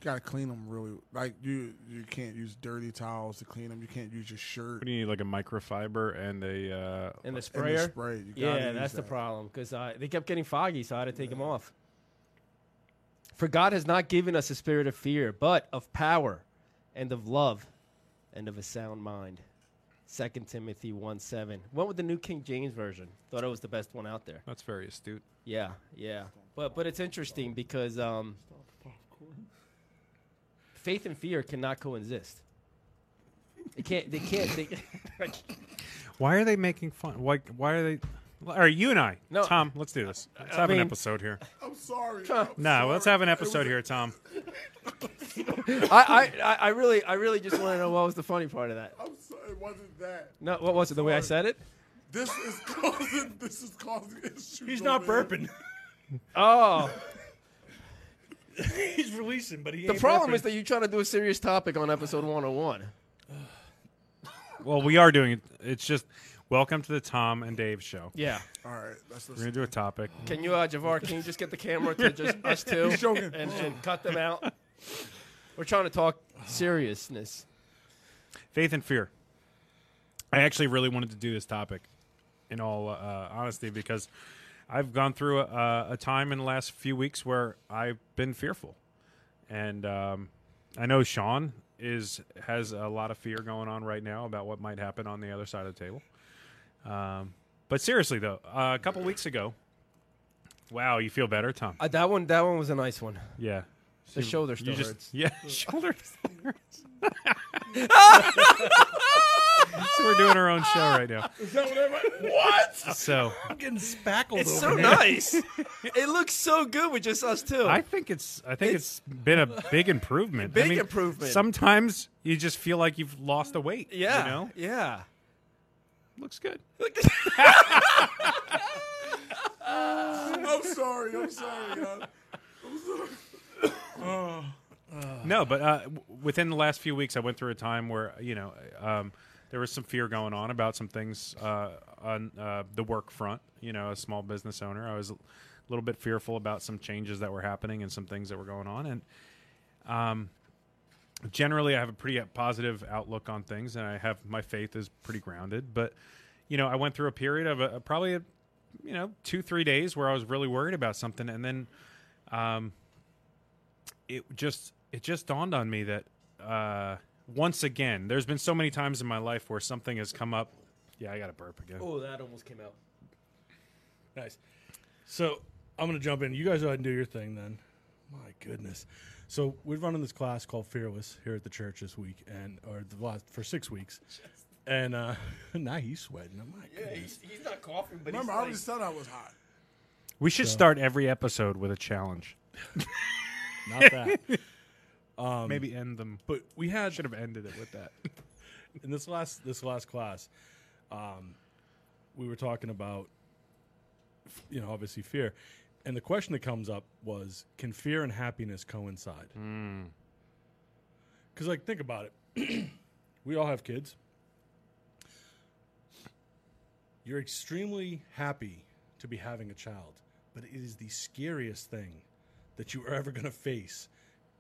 D: gotta clean them really. Like you, you can't use dirty towels to clean them. You can't use your
C: What
D: shirt
C: do you need, like a microfiber and a? Uh,
A: And the
D: and your
A: sprayer.
D: spray. You gotta
A: yeah,
D: use
A: that's the
D: that.
A: problem because uh, they kept getting foggy, so I had to take them off. For God has not given us a spirit of fear, but of power, and of love, and of a sound mind. 2 Timothy 1 7. Went with the New King James Version. Thought it was the best one out there.
C: that's very astute.
A: Yeah, yeah. But but it's interesting because um, faith and fear cannot coexist. They can't. They can't. They,
C: Why are they making fun? Why? Why are they? All right, you and I,
A: No.
C: Tom. Let's do this. Let's have
A: mean-
C: an episode here.
D: I'm sorry.
C: No, let's have an episode here, Tom.
A: I, I- I I really I really just want to know what was the funny part of that.
D: I'm sorry. It wasn't that.
A: No, what was it? The way I said it?
D: This is causing. This is causing issues.
B: He's not burping.
A: Oh,
B: He's releasing, but he.
A: the problem is that you're trying to do a serious topic on episode 101.
C: Well, we are doing it. It's just welcome to the Tom and Dave show.
A: Yeah.
D: All right, let's
C: We're gonna
D: listen.
C: do a topic.
A: Can you, uh, Javar? Can you just get the camera to just us two
D: joking.
A: and, and cut them out? We're trying to talk seriousness.
C: Faith and fear. I actually really wanted to do this topic, in all uh, honesty, because I've gone through a, a time in the last few weeks where I've been fearful, and um, I know Sean is has a lot of fear going on right now about what might happen on the other side of the table. Um, but seriously, though, uh, a couple weeks ago, wow, you feel better, Tom?
A: Uh, that one, that one was a nice one.
C: Yeah,
A: The shoulder still
C: you just
A: hurts.
C: yeah, shoulder still hurts. so we're doing our own show right now.
A: What?
C: So
B: I'm getting spackled.
A: It's
B: over
A: so
B: here.
A: nice. it looks so good with just us two.
C: I think it's I think it's been a big improvement. I
A: Big
C: mean,
A: improvement.
C: Sometimes you just feel like you've lost a weight.
A: yeah.
C: you know,
A: Yeah.
C: looks good.
D: I'm sorry. I'm sorry. y'all.
C: No, but uh, w- within the last few weeks, I went through a time where you know um, there was some fear going on about some things uh, on uh, the work front. You know, a small business owner, I was a little bit fearful about some changes that were happening and some things that were going on. And um, generally, I have a pretty positive outlook on things, and I have my faith is pretty grounded. But you know, I went through a period of a, probably a, you know two three days where I was really worried about something, and then it just it just dawned on me that uh, once again, there's been so many times in my life where something has come up. Yeah, I got to burp again.
A: Oh, that almost came out.
B: Nice. So I'm gonna jump in. You guys go ahead and do your thing then. My goodness. So we're running this class called Fearless here at the church this week, and or the last for six weeks. And uh, now he's sweating. Oh my goodness.
A: he's not coughing, but
D: Remember, I already said I was hot.
C: We should start every episode with a challenge.
B: Not that.
C: Maybe end them.
B: but we had
C: Should have Um, ended it with that.
B: in this last this last class, um, we were talking about you know obviously fear, and the question that comes up was can fear and happiness coincide? Because like think about it, we all have kids. You're extremely happy to be having a child, but it is the scariest thing that you are ever going to face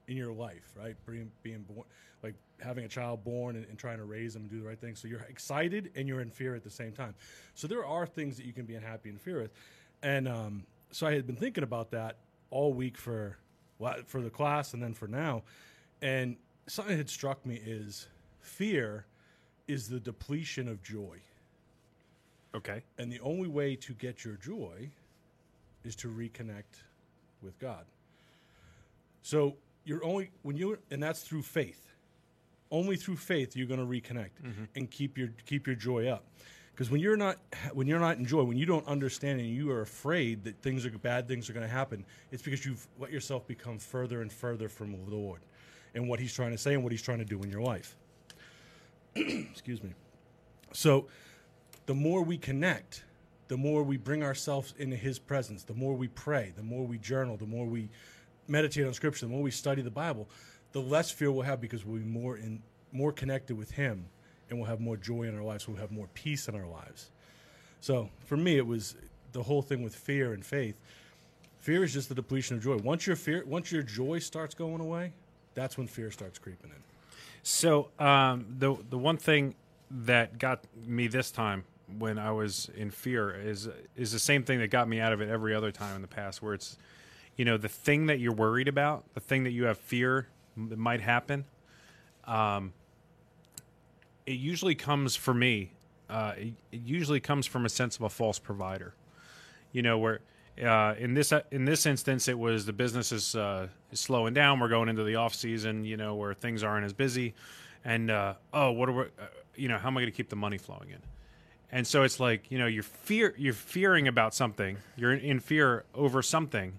B: in your life, right? Being being born, like having a child born and, and trying to raise them and do the right thing. So you're excited and you're in fear at the same time. So there are things that you can be unhappy and fear with, and um, so I had been thinking about that all week for well, for the class and then for now, and something that had struck me is fear is the depletion of joy.
C: Okay.
B: And the only way to get your joy is to reconnect with God. So you're only when you and that's through faith. Only through faith you're going to reconnect and keep your keep your joy up. Because when you're not when you're not in joy, when you don't understand and you are afraid that things are bad things are going to happen, it's because you've let yourself become further and further from the Lord and what He's trying to say and what He's trying to do in your life. Excuse me. So the more we connect, the more we bring ourselves into His presence, the more we pray, the more we journal, the more we meditate on Scripture, the more we study the Bible, the less fear we'll have because we'll be more in more connected with Him, and we'll have more joy in our lives. We'll have more peace in our lives. So for me, it was the whole thing with fear and faith. Fear is just the depletion of joy. Once your fear, once your joy starts going away, that's when fear starts creeping in.
C: So um, the the one thing that got me this time when I was in fear is is the same thing that got me out of it every other time in the past, where it's you know the thing that you're worried about, the thing that you have fear m- that might happen. Um, it usually comes for me. Uh, it, it usually comes from a sense of a false provider you know where uh, in this in this instance it was the business is, uh, is slowing down we're going into the off season you know where things aren't as busy and uh, oh what are we, uh, you know how am i going to keep the money flowing in and so it's like you know you're fear you're fearing about something you're in, in fear over something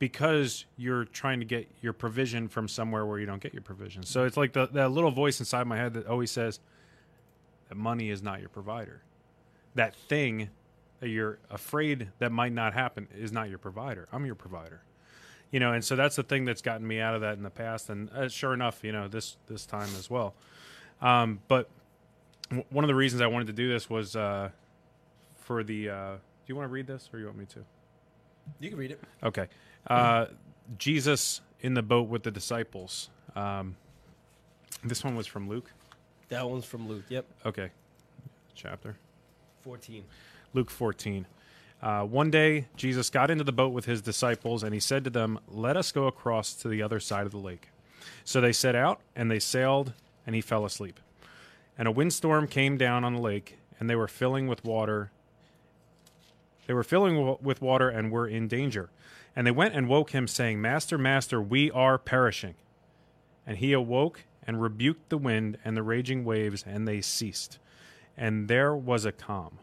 C: because you're trying to get your provision from somewhere where you don't get your provision so it's like the, that little voice inside my head that always says that money is not your provider that thing that you're afraid that might not happen is not your provider. I'm your provider. You know, and so that's the thing that's gotten me out of that in the past, and uh, sure enough, you know this this time as well. Um, but w- one of the reasons I wanted to do this was uh, for the. Uh, do you want to read this, or you want me to?
A: You can read it.
C: Okay. Uh, Jesus in the boat with the disciples. Um, this one was from Luke.
A: That one's from Luke. Yep,
C: Okay, chapter.
A: fourteen.
C: Luke 14. Uh, one day, Jesus got into the boat with his disciples, and he said to them, Let us go across to the other side of the lake. So they set out, and they sailed, and he fell asleep. And a windstorm came down on the lake, and they were filling with water. They were filling w- with water and were in danger. And they went and woke him, saying, Master, Master, we are perishing. And he awoke and rebuked the wind and the raging waves, and they ceased. And there was a calm.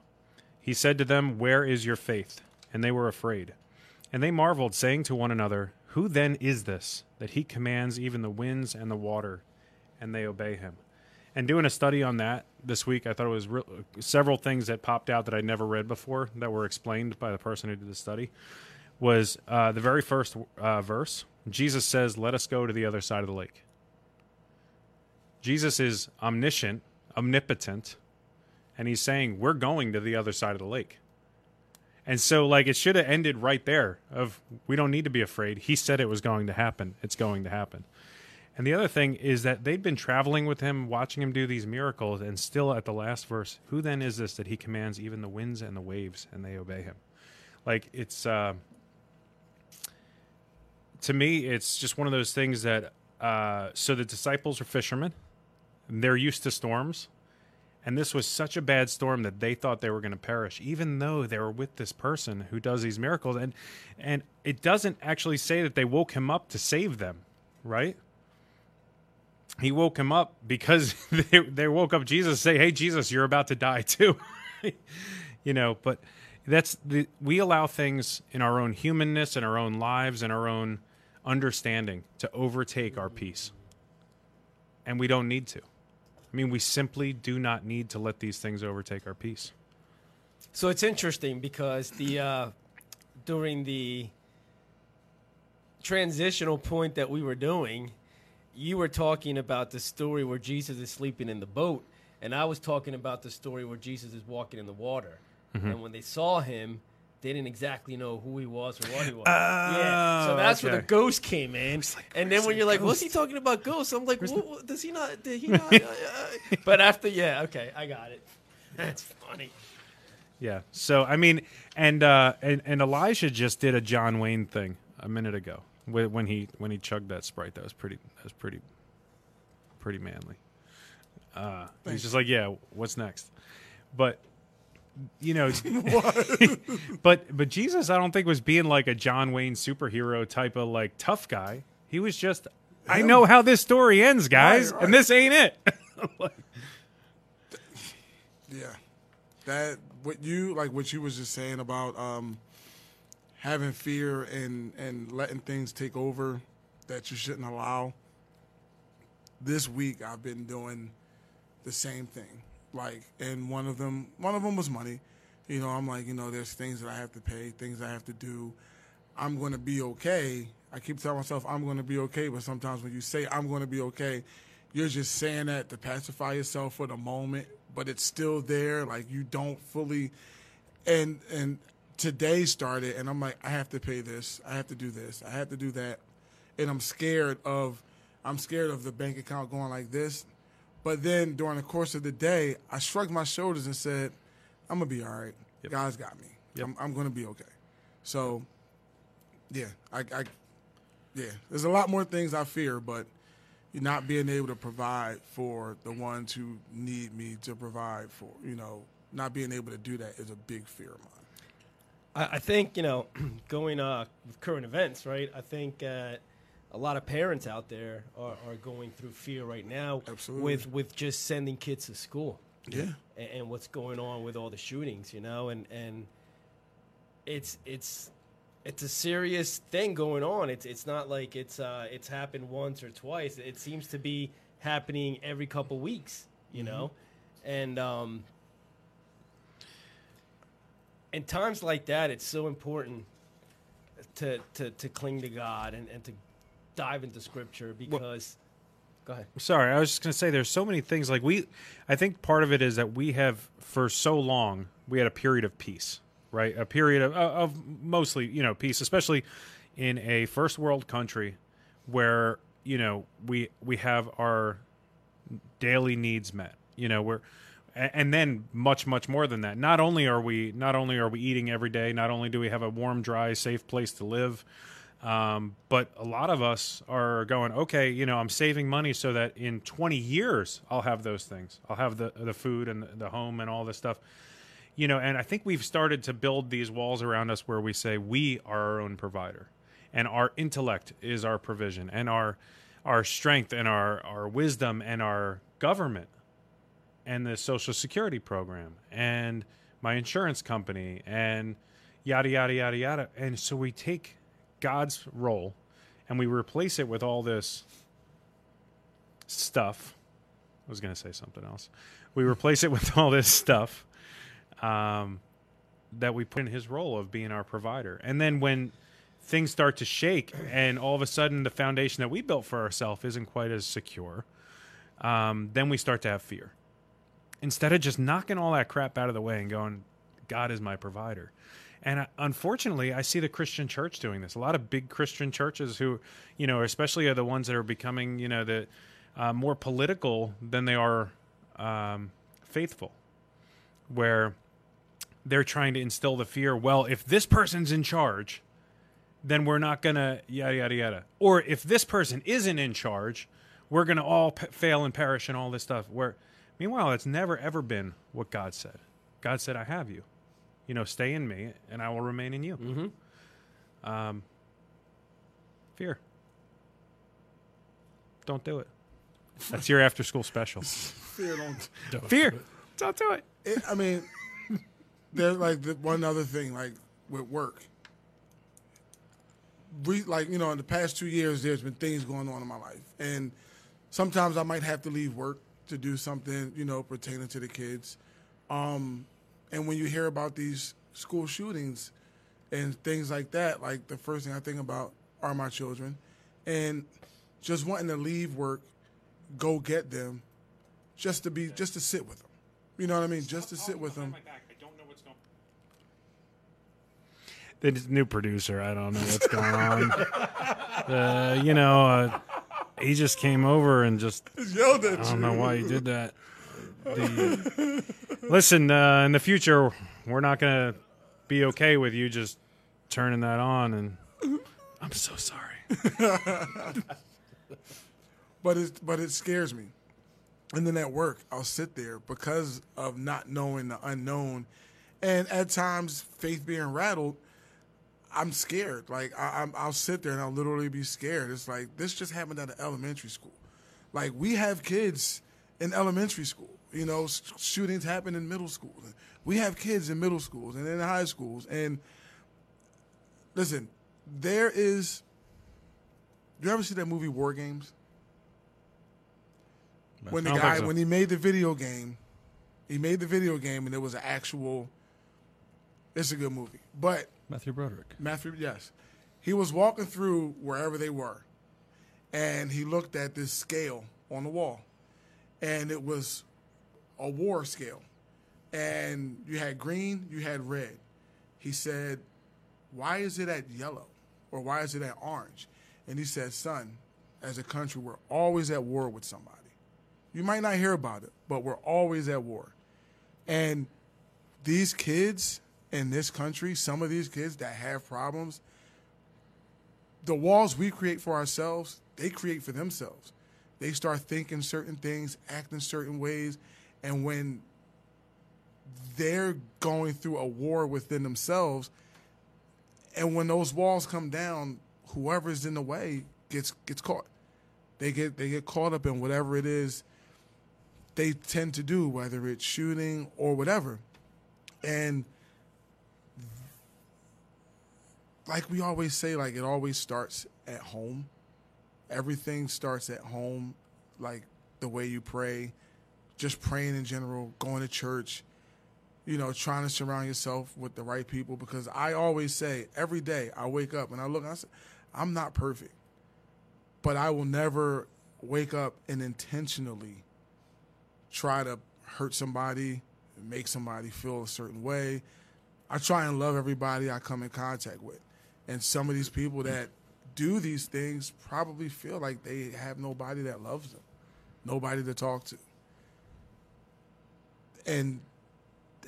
C: He said to them, Where is your faith? And they were afraid. And they marveled, saying to one another, Who then is this, that he commands even the winds and the water, and they obey him? And doing a study on that this week, I thought it was real several things that popped out that I'd never read before that were explained by the person who did the study. Was uh, the very first uh, verse Jesus says, Let us go to the other side of the lake. Jesus is omniscient, omnipotent, and he's saying we're going to the other side of the lake and so like it should have ended right there of we don't need to be afraid he said it was going to happen it's going to happen and the other thing is that they'd been traveling with him watching him do these miracles and still at the last verse who then is this that he commands even the winds and the waves and they obey him like it's uh, to me it's just one of those things that uh, so the disciples are fishermen and they're used to storms and this was such a bad storm that they thought they were going to perish, even though they were with this person who does these miracles. And and it doesn't actually say that they woke him up to save them, right? He woke him up because they, they woke up Jesus and say, "Hey, Jesus, you're about to die too," you know. But that's the we allow things in our own humanness, in our own lives, in our own understanding to overtake our peace, and we don't need to. I mean, we simply do not need to let these things overtake our peace.
A: So it's interesting because the uh, during the transitional point that we were doing, you were talking about the story where Jesus is sleeping in the boat, Mm-hmm. and I was talking about the story where Jesus is walking in the water. And when they saw him, They didn't exactly know who he was or what he was. yeah, so that's where the
C: okay.
A: ghost came in. and then when you're Oh, like, "What's he talking about ghosts?" I'm like, what, what- "Does he not? Did he not?" uh, uh, but after, yeah, okay, I got it. That's funny.
C: Yeah. So I mean, and uh, and and Elijah just did a John Wayne thing a minute ago wh- when he when he chugged that sprite. That was pretty. That was pretty. Pretty manly. Uh, he's just like, yeah. What's next? But you know, but but Jesus, I don't think was being like a John Wayne superhero type of like tough guy. He was just, I know how this story ends, guys,
D: Right, right.
C: and this ain't it.
D: Yeah. That what you like what you was just saying about um having fear and and letting things take over that you shouldn't allow. This week I've been doing the same thing. Like and one of them one of them was money. You know, I'm like, you know, there's things that I have to pay, things I have to do. I'm going to be okay. I keep telling myself I'm going to be okay, but sometimes when you say I'm going to be okay, you're just saying that to pacify yourself for the moment, but it's still there. Like you don't fully. And and today started, and I'm like, I have to pay this. I have to do this. I have to do that, and I'm scared of, I'm scared of the bank account going like this. But then during the course of the day, I shrugged my shoulders and said, I'm gonna be all right. God's got me. I'm, I'm gonna be okay. So yeah, I, I, yeah. There's a lot more things I fear, but not being able to provide for the ones who need me to provide for, you know, not being able to do that is a big fear of mine.
A: I, I think you know, going uh, with current events, right? I think uh, a lot of parents out there are, are going through fear right now,
D: Absolutely.
A: with with just sending kids to school
D: Yeah,
A: and, and what's going on with all the shootings, you know, and and it's it's it's a serious thing going on. It's it's not like it's uh, it's happened once or twice. It seems to be happening every couple weeks, you know, and um, in times like that, it's so important to to, to cling to God and, and to dive into Scripture because. go ahead.
C: sorry, I was just going to say there's so many things like we I think part of it is that we have for so long we had a period of peace, right? A period of of mostly, you know, peace, especially in a first world country where, you know, we we have our daily needs met. You know, we're a- and then much much more than that. Not only are we not only are we eating every day, not only do we have a warm, dry, safe place to live, um, but a lot of us are going, okay, you know, I'm saving money so that in 20 years I'll have those things. I'll have the the food and the- the home and all this stuff. You know, and I think we've started to build these walls around us where we say we are our own provider and our intellect is our provision and our our strength and our our wisdom and our government and the social security program and my insurance company and yada yada yada yada and so we take god's role and we replace it with all this stuff i was going to say something else we replace it with all this stuff um, that we put in his role of being our provider and then when things start to shake and all of a sudden the foundation that we built for ourselves isn't quite as secure um, then we start to have fear instead of just knocking all that crap out of the way and going, God is my provider. And I, unfortunately, I see the Christian church doing this. A lot of big Christian churches who, you know, especially are the ones that are becoming, you know, the uh, more political than they are um, faithful, where they're trying to instill the fear. Well, if this person's in charge, then we're not gonna yada yada yada. Or if this person isn't in charge, we're gonna all p- fail and perish and all this stuff. Where, meanwhile, it's never ever been what God said. God said, "I have you. You know, stay in me, and I will remain in you." Mm-hmm. Um, fear. Don't do it. That's your after-school special.
D: fear don't.
C: fear. Don't do it.
D: It, I mean, there's like the one other thing, like with work. Re, like you know, in the past two years, there's been things going on in my life, and sometimes I might have to leave work to do something, you know, pertaining to the kids. Um, and when you hear about these school shootings and things like that, like the first thing I think about are my children, and just wanting to leave work, go get them, just to be, just to sit with them. You know what I mean? Just to sit with them.
C: the new producer. I don't know what's going on. uh, you know, uh, he just came over and just
D: Yelled at
C: I don't know why he did that. The- listen, uh, in the future, we're not gonna be okay with you just turning that on. And I'm so sorry.
D: but it but it scares me. And then at work, I'll sit there because of not knowing the unknown, and at times faith being rattled. I'm scared. Like I, I'm, I'll sit there and I'll literally be scared. It's like this just happened at an elementary school. Like we have kids in elementary school. You know, s- shootings happen in middle school. We have kids in middle schools and in high schools. And listen, there is. You ever see that movie War Games? when the
C: I don't
D: guy
C: think so.
D: when he made the video game, he made the video game and it was an actual. It's a good movie, but
B: Matthew Broderick.
D: Matthew, yes, he was walking through wherever they were, and he looked at this scale on the wall, and it was a war scale, and you had green, you had red. He said, "Why is it at yellow, or why is it at orange?" And he said, "Son, as a country, we're always at war with somebody." You might not hear about it, but we're always at war. And these kids in this country, some of these kids that have problems, the walls we create for ourselves, they create for themselves. They start thinking certain things, acting certain ways, and when they're going through a war within themselves, and when those walls come down, whoever's in the way gets gets caught. They get they get caught up in whatever it is they tend to do, whether it's shooting or whatever. And like we always say, like it always starts at home. Everything starts at home, like the way you pray, just praying in general, going to church, you know, trying to surround yourself with the right people. Because I always say every day I wake up and I look, I say, I'm not perfect, but I will never wake up and intentionally try to hurt somebody, make somebody feel a certain way. I try and love everybody I come in contact with. And some of these people that do these things probably feel like they have nobody that loves them, nobody to talk to. And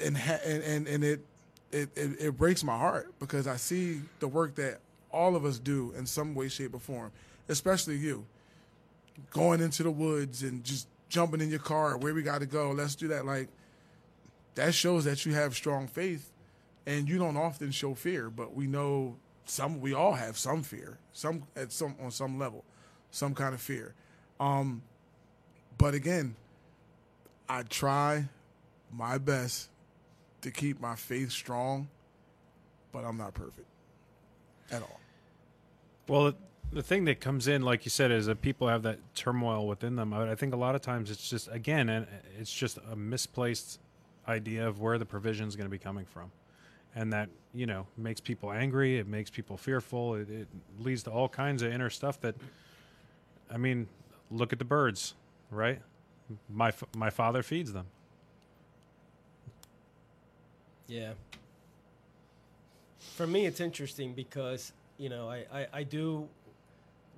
D: and ha- and and, and it, it it it breaks my heart because I see the work that all of us do in some way, shape, or form, especially you going into the woods and just jumping in your car where we got to go let's do that like that shows that you have strong faith and you don't often show fear but we know some we all have some fear some at some on some level some kind of fear um but again i try my best to keep my faith strong but i'm not perfect at all
C: Well, the thing that comes in, like you said, is that people have that turmoil within them. I I think a lot of times it's just, again, and it's just a misplaced idea of where the provision is going to be coming from. And that, you know, makes people angry. It makes people fearful. It, it leads to all kinds of inner stuff that, I mean, look at the birds, right? My, f- my father feeds them.
A: Yeah. For me, it's interesting because, you know, I, I, I do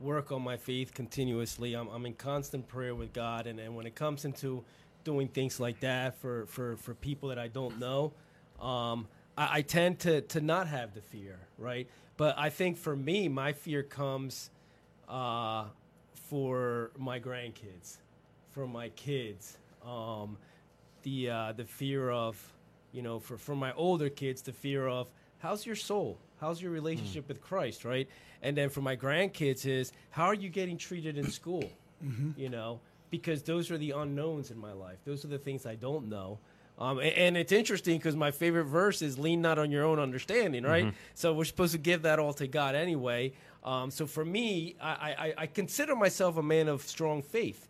A: work on my faith continuously. I'm, I'm in constant prayer with God. And, and when it comes into doing things like that for, for, for people that I don't know, um, I, I tend to, to not have the fear, right? But I think for me, my fear comes uh, for my grandkids, for my kids. Um, the uh, the fear of, you know, for for my older kids, the fear of how's your soul, how's your relationship with Christ, right? And then for my grandkids is how are you getting treated in school, you know, because those are the unknowns in my life. Those are the things I don't know. Um, a- and, it's interesting because my favorite verse is "Lean not on your own understanding," right? So we're supposed to give that all to God anyway. Um, so for me, I, I- I, I consider myself a man of strong faith.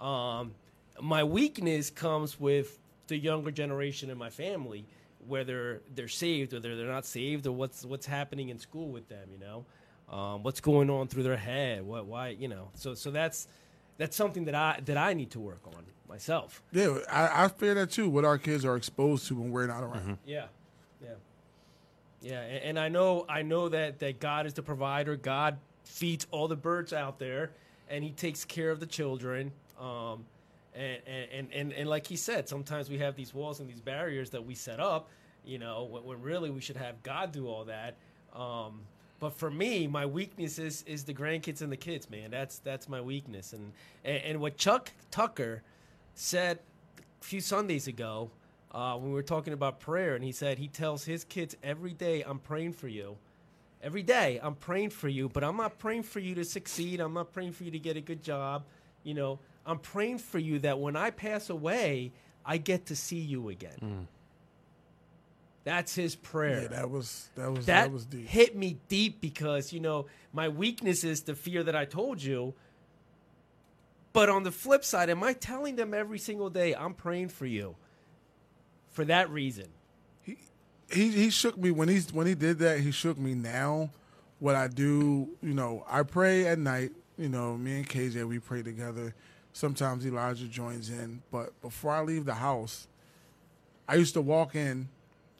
A: Um, my weakness comes with the younger generation in my family, whether they're saved or they're, they're not saved, or what's what's happening in school with them. You know, um, what's going on through their head. What why you know. So so that's that's something that I that I need to work on myself.
D: yeah i, I fear that too what our kids are exposed to when we're not around
A: Yeah, yeah. Yeah, a- and, I know I know that that God is the provider. God feeds all the birds out there, and He takes care of the children. Um, and, and, and, and, and like he said, sometimes we have these walls and these barriers that we set up, you know, when, when really we should have God do all that. Um, but for me, my weakness is, is the grandkids and the kids, man. That's that's my weakness. And and, and what Chuck Tucker said a few Sundays ago uh, when we were talking about prayer, and he said he tells his kids every day, "I'm praying for you." Every day, I'm praying for you, but I'm not praying for you to succeed. I'm not praying for you to get a good job. You know, I'm praying for you that when I pass away, I get to see you again. That's his prayer
D: Mm. Yeah, that was that was that,
A: that,
D: was deep.
A: hit me deep because you know my weakness is the fear that I told you. But on the flip side, am I telling them every single day I'm praying for you? For that reason,
D: he he shook me when he's when he did that. He shook me. Now, what I do, you know, I pray at night. You know, me and KJ we pray together. Sometimes Elijah joins in, but before I leave the house, I used to walk in,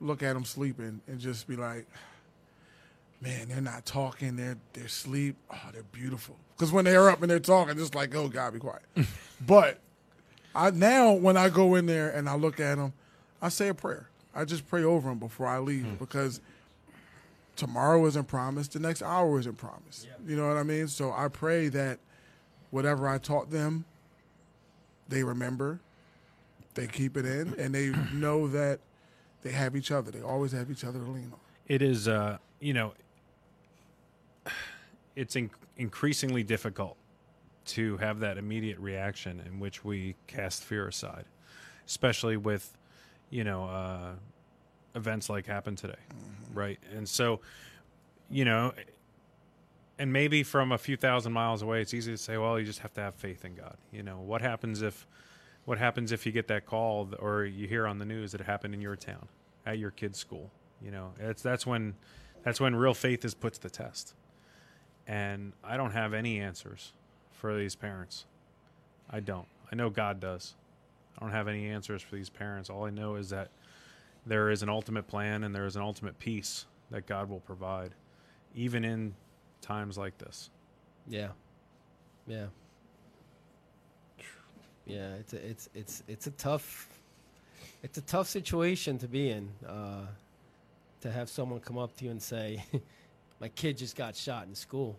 D: look at him sleeping, and just be like, "Man, they're not talking. They're they're sleep. Oh, they're beautiful." Because when they're up and they're talking, it's like, "Oh God, be quiet." but I now when I go in there and I look at them, I say a prayer. I just pray over them before I leave
C: Hmm.
D: because tomorrow isn't promised. The next hour isn't promised. You know what I mean? So I pray that whatever I taught them, they remember, they keep it in, and they know that they have each other. They always have each other to lean on.
C: it is uh you know it's in- increasingly difficult to have that immediate reaction in which we cast fear aside especially with you know uh events like happened today right and so you know and maybe from a few thousand miles away it's easy to say well you just have to have faith in god you know what happens if what happens if you get that call th- or you hear on the news that it happened in your town at your kid's school you know it's that's when that's when real faith is put to the test and i don't have any answers for these parents i don't i know god does i don't have any answers for these parents all i know is that there is an ultimate plan and there is an ultimate peace that god will provide even in times like this
A: yeah, yeah, yeah. It's a, it's it's it's a tough, it's a tough situation to be in. Uh, to have someone come up to you and say, "My kid just got shot in school,"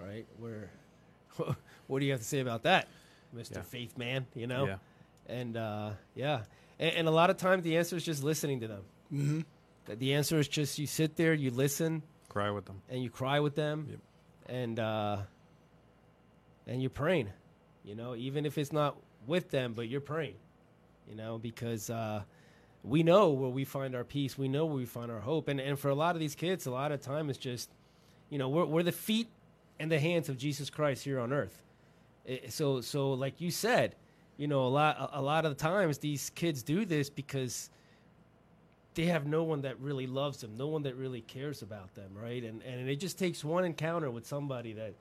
A: right? Where, what do you have to say about that, Mister
C: Yeah.
A: Faith Man? You know,
C: yeah
A: and uh, yeah, and, and a lot of times the answer is just listening to them.
D: Mm-hmm.
A: That the answer is just you sit there, you listen,
C: cry with them
A: and you cry with them,
C: Yep.
A: and uh, and you're praying, you know, even if it's not with them, but you're praying, you know, because uh, we know where we find our peace, we know where we find our hope, and and for a lot of these kids, a lot of time it's just, you know, we're we're the feet and the hands of Jesus Christ here on earth, Eh, so so like you said, you know, a lot a- a lot of times these kids do this because they have no one that really loves them, no one that really cares about them, right? And and it just takes one encounter with somebody that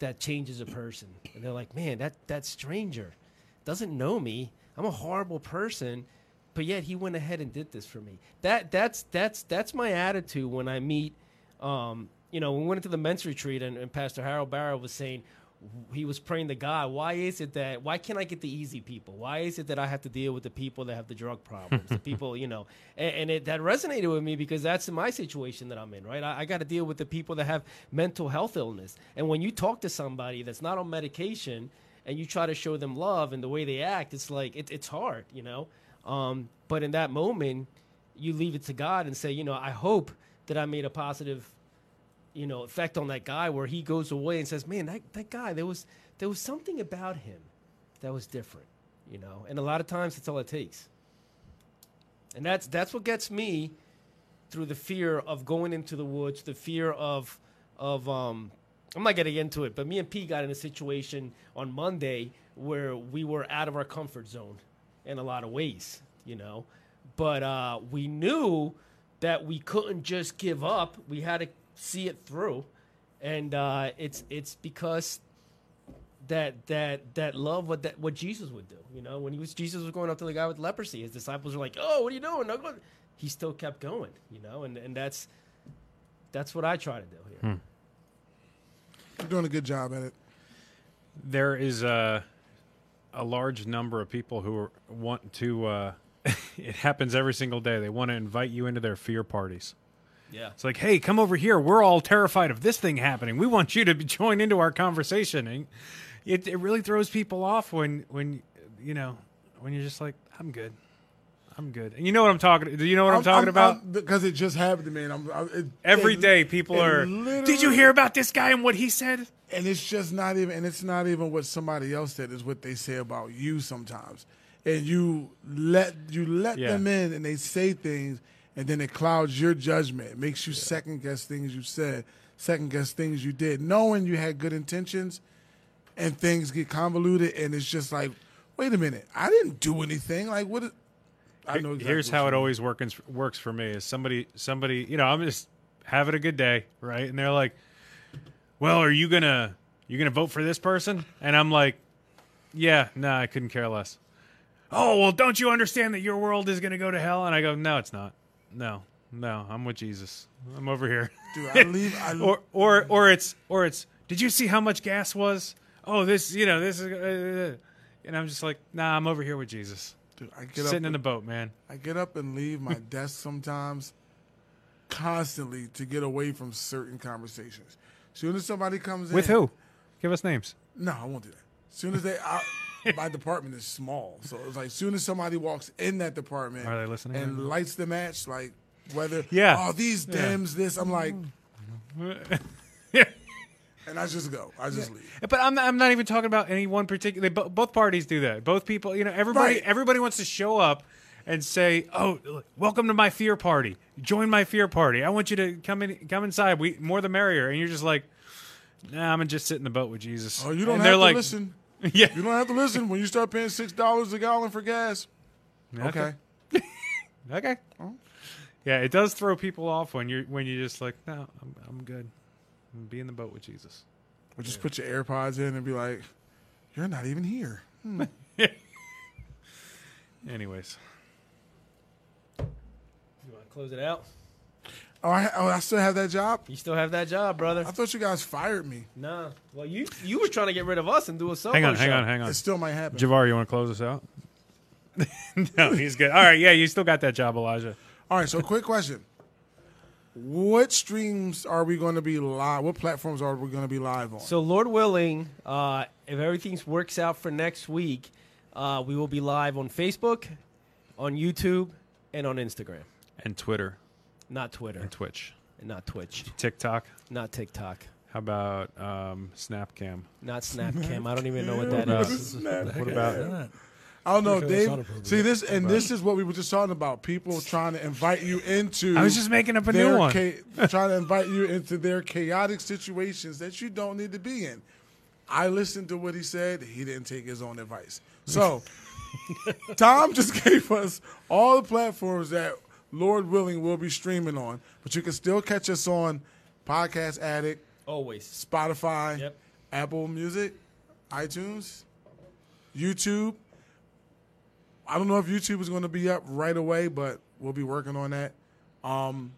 A: that changes a person, and they're like, man, that that stranger doesn't know me. I'm a horrible person, but yet he went ahead and did this for me. That that's that's that's my attitude when I meet. Um, you know, when we went into the men's retreat, and, and Pastor Harold Barrow was saying he was praying to God, why is it that why can't I get the easy people? Why is it that I have to deal with the people that have the drug problems, the people you know? And, and it, that resonated with me because that's my situation that I'm in, right? I, I got to deal with the people that have mental health illness, and when you talk to somebody that's not on medication and you try to show them love and the way they act, it's like it, it's hard, you know. Um, but in that moment, you leave it to God and say, you know, I hope that I made a positive you know effect on that guy where he goes away and says man that, that guy there was there was something about him that was different you know and a lot of times that's all it takes and that's that's what gets me through the fear of going into the woods the fear of of um i'm not getting into it but me and p got in a situation on monday where we were out of our comfort zone in a lot of ways you know but uh we knew that we couldn't just give up. We had to see it through, and uh, it's it's because that that that love what that what Jesus would do. You know, when he was Jesus was going up to the guy with leprosy, his disciples were like, "Oh, what are you doing?" No, go-" he still kept going, you know, and, and that's that's what I try to do here.
C: Hmm.
D: You're doing a good job at it.
C: there is a a large number of people who are, want to. Uh, it happens every single day. They want to invite you into their fear parties.
A: Yeah.
C: It's like, hey, come over here. We're all terrified of this thing happening. We want you to be- join into our conversation. And it it really throws people off when when you know when you're just like, I'm good, I'm good. And you know what I'm talking? Do you know what I'm, talking about?
D: because it just happened to me, and I'm I, it,
C: Every
D: it-
C: day, people
D: it
C: are. Did you
D: literally-
C: hear about this guy and what he said?
D: and it's just not even and it's not even what somebody else said it's what they say about you sometimes and you let you let
C: Yeah.
D: them in and they say things and then it clouds your judgment it makes you second guess things you said second guess things you did knowing you had good intentions and things get convoluted and it's just like wait a minute i didn't do anything like what is, i know exactly
C: Here's
D: what
C: how
D: you
C: it
D: mean.
C: always works works for me is somebody somebody you know I'm just having a good day right and they're like, well are you gonna you gonna vote for this person and I'm like, yeah no I couldn't care less. Oh well don't you understand that your world is gonna go to hell and I go no it's not no no I'm with Jesus I'm over here
D: Dude, i leave i
C: or or or it's or it's did you see how much gas was oh this you know this is uh, uh, uh." and I'm just like nah I'm over here with Jesus
D: dude, i get up
C: sitting in the boat man.
D: I get up and leave my desk sometimes constantly to get away from certain conversations. Soon as somebody comes in
C: With who? Give us names.
D: No, I won't do that. Soon as they I, my department is small. So it's like soon as somebody walks in that department
C: Are they listening?
D: and lights the match, like whether
C: Yeah.
D: oh these
C: Yeah. Mm.
D: dims, this I'm like
C: Yeah.
D: and I just go. I just leave.
C: But I'm not, I'm not even talking about any one particular. They, bo- both parties do that. Both people, you know, everybody
D: Right.
C: everybody wants to show up and say, "Oh, welcome to my fear party. Join my fear party. I want you to come in, come inside. We more the merrier." And you're just like, "Nah, I'm gonna just sit in the boat with Jesus."
D: Oh, you don't
C: and
D: have
C: they're
D: to
C: like,
D: listen.
C: Yeah.
D: You don't have to listen when you start paying six dollars a gallon for gas. Okay. Oh.
C: Okay. Yeah, it does throw people off when you're when you're just like, "No, I'm I'm good. I'm be in the boat with Jesus."
D: Or just put your AirPods in and be like, You're not even here.
C: Anyways,
A: You want to close it out?
D: Oh, I, oh, I still have that job.
A: You still have that job, brother?
D: I thought you guys fired me.
A: Nah. Well, you you were trying to get rid of us and do a solo
C: hang on, hang
A: show.
C: on, hang on.
D: It still might happen.
C: Javar, you want to close us out? no, he's good. All right, yeah, you still got that job, Elijah.
D: All right, so quick question. What streams are we going to be live? What platforms are we going to be live on?
A: So, Lord willing, uh, if everything works out for next week, uh, we will be live on Facebook, on YouTube, and on Instagram.
C: And Twitter,
A: Not Twitter,
C: Twitch,
A: and not Twitch,
C: TikTok.
A: not TikTok,
C: How about um, Snapcam?
A: not Snapcam. I don't even know what that
C: Uh,
A: is.
C: what about?
D: I don't know,
B: Sure, that's
D: Dave.
B: not appropriate.
D: See this, and this is what we were just talking about. People trying to invite you into.
C: I was just making up a
D: their
C: new one.
D: Cha- trying to invite you into their chaotic situations that you don't need to be in. I listened to what he said. He didn't take his own advice. So, Tom just gave us all the platforms that, Lord willing, we'll be streaming on. But you can still catch us on Podcast Addict,
A: Always.
D: Spotify,
A: Yep.
D: Apple Music, iTunes, YouTube. I don't know if YouTube is going to be up right away, but we'll be working on that. Um,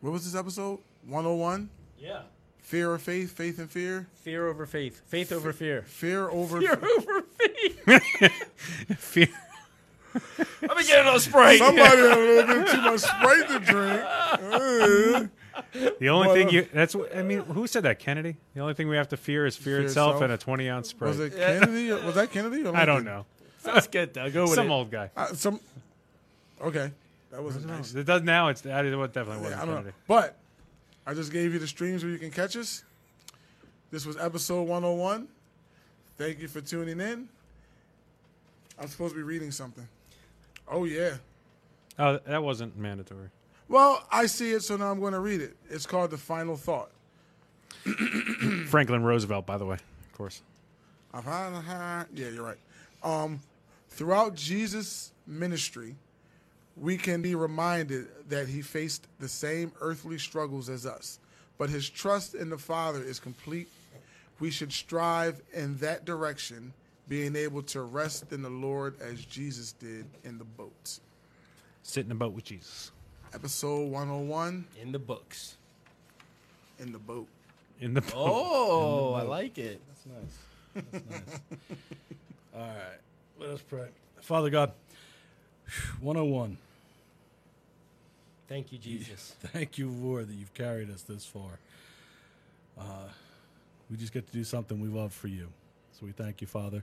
D: what was this episode? 101
A: Yeah.
D: Fear of Faith, Faith and Fear,
A: Fear over faith. Faith over fear.
D: Fear over
A: Fear over faith.
C: Fear.
A: Let me get another Sprite.
D: somebody had a little bit too much Sprite to drink.
C: The only thing
D: uh,
C: you—that's what I mean. Who said that, Kennedy? The only thing we have to fear is fear,
D: Fear
C: itself,
D: itself.
C: and a twenty-ounce Sprite.
D: Was it Kennedy? or- Was that Kennedy? Or
C: I don't
D: Lincoln?
C: know.
A: Sounds good, though. Go with
C: Some
A: it.
C: old guy.
D: Uh, some. Okay, that wasn't nice.
C: It does now. It's that is what definitely wasn't
D: Yeah, I don't know.
C: Kennedy.
D: But I just gave you the streams where you can catch us. This was episode 101. Thank you for tuning in. I'm supposed to be reading something. Oh, yeah.
C: Oh, that wasn't mandatory.
D: Well, I see it, so now I'm going to read it. It's called The Final Thought.
C: Franklin Roosevelt, by the way, of course.
D: I've had a high- Yeah, you're right. Um, throughout Jesus' ministry, we can be reminded that he faced the same earthly struggles as us, but his trust in the Father is complete. We should strive in that direction, being able to rest in the Lord as Jesus did in the boat.
C: Sit in a boat with Jesus.
D: Episode 101
A: in the books.
D: in the boat.
C: In the boat.
A: Oh, I like it.
B: That's nice. That's nice. All right. Let us pray. Father God, 101.
A: Thank you, Jesus.
B: Thank you, Lord, that you've carried us this far. Uh, we just get to do something we love for you. So we thank you, Father.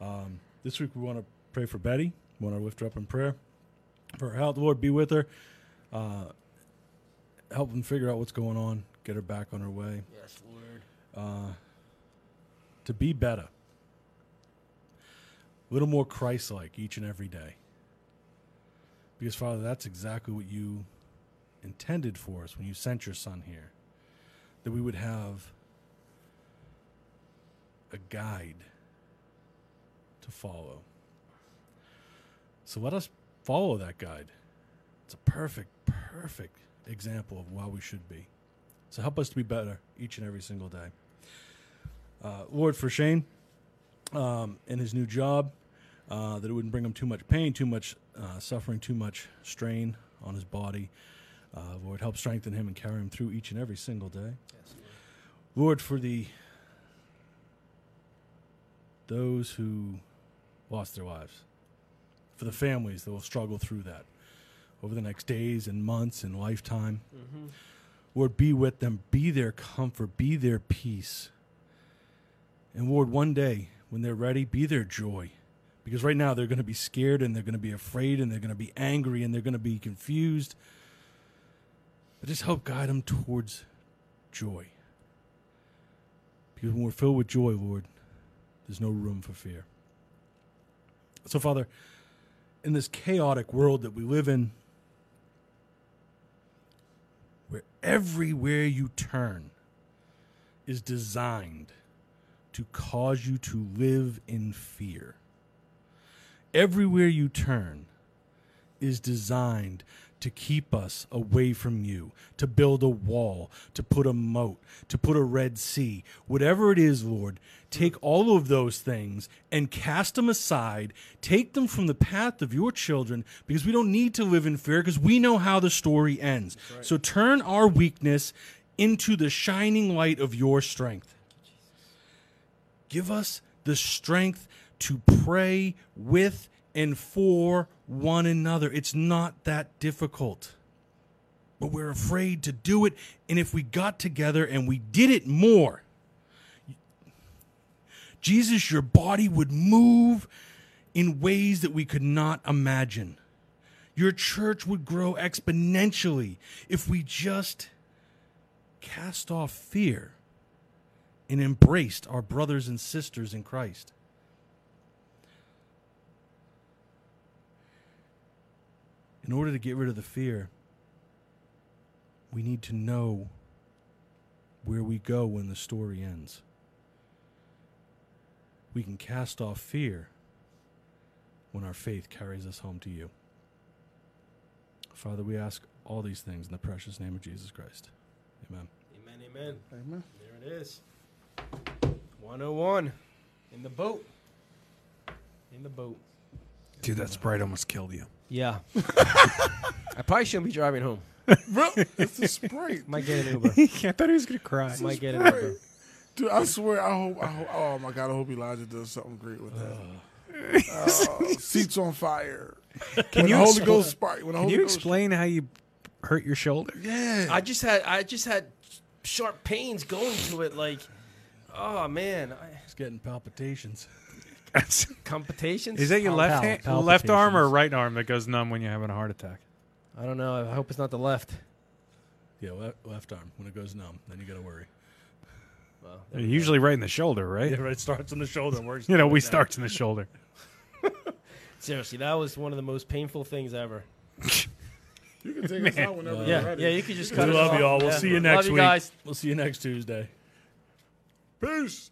B: Um, this week we want to pray for Betty. We want to lift her up in prayer. For her health, Lord, be with her. Uh, help them figure out what's going on. Get her back on her way.
A: Yes, Lord.
B: to be better, a little more Christ like each and every day. Because, Father, that's exactly what you intended for us when you sent your Son here that we would have a guide to follow. So let us follow that guide. It's a perfect, perfect example of why we should be. So help us to be better each and every single day uh, Lord for Shane um, in his new job, uh, that it wouldn't bring him too much pain, too much uh, suffering, too much strain on his body. Uh, Lord, help strengthen him and carry him through each and every single day. Lord, for the those who lost their lives, for the families that will struggle through that over the next days and months and lifetime. Lord, be with them, be their comfort, be their peace. And Lord, one day when they're ready, be their joy. Because right now they're going to be scared and they're going to be afraid and they're going to be angry and they're going to be confused. But just help guide them towards joy. Because when we're filled with joy, Lord, there's no room for fear. So, Father, in this chaotic world that we live in, where everywhere you turn is designed to cause you to live in fear. Everywhere you turn is designed to keep us away from you, to build a wall, to put a moat, to put a Red Sea. Whatever it is, Lord, take all of those things and cast them aside. Take them from the path of your children because we don't need to live in fear because we know how the story ends. So turn our weakness into the shining light of your strength. Give us the strength to pray with and for one another. It's not that difficult. But we're afraid to do it. And if we got together and we did it more, Jesus, your body would move in ways that we could not imagine. Your church would grow exponentially if we just cast off fear and embraced our brothers and sisters in Christ. In order to get rid of the fear, we need to know where we go when the story ends. We can cast off fear when our faith carries us home to you. Father, we ask all these things in the precious name of Jesus Christ. Amen.
A: Amen, amen.
D: Amen.
A: There it is. 101 in the boat. In the boat.
C: Dude, that sprite almost killed you.
A: Yeah. I probably shouldn't be driving home.
D: Bro, it's a sprite.
A: Might get an Uber.
C: I thought he was going to cry.
A: Might get an Uber.
D: Sprite. Dude, I swear, I hope, I hope. Oh my God, I hope Elijah does something great with that. Oh, seats on fire. When
C: Uh, you
D: the Holy
C: expl-
D: Ghost sprite? When the
C: Can
D: Holy
C: you
D: Ghost-
C: explain how you hurt your shoulder?
D: Yeah.
A: I just had I just had sharp pains going to it. Like, oh man, I,
B: It's getting palpitations.
A: competitions.
C: Is that your
A: Pal-
C: left
A: pal-
C: hand, left arm or
A: palpitations.
C: right arm that goes numb when you're having a heart attack?
A: I don't know. I hope it's not the left.
B: Yeah, le- left arm. When it goes numb, then you got to worry.
C: Usually right in the shoulder, right?
B: Yeah, right. It starts on the shoulder and works.
C: You know, we start in the shoulder.
A: Seriously, that was one of the most painful things ever.
D: you can take us out whenever
A: Yeah,
D: you're ready.
A: yeah. You could just
B: We
A: cut it
B: love
A: off.
B: you all. We'll
A: Yeah.
B: see you next
A: love
B: week.
A: you guys.
B: We'll see you next Tuesday.
D: Peace.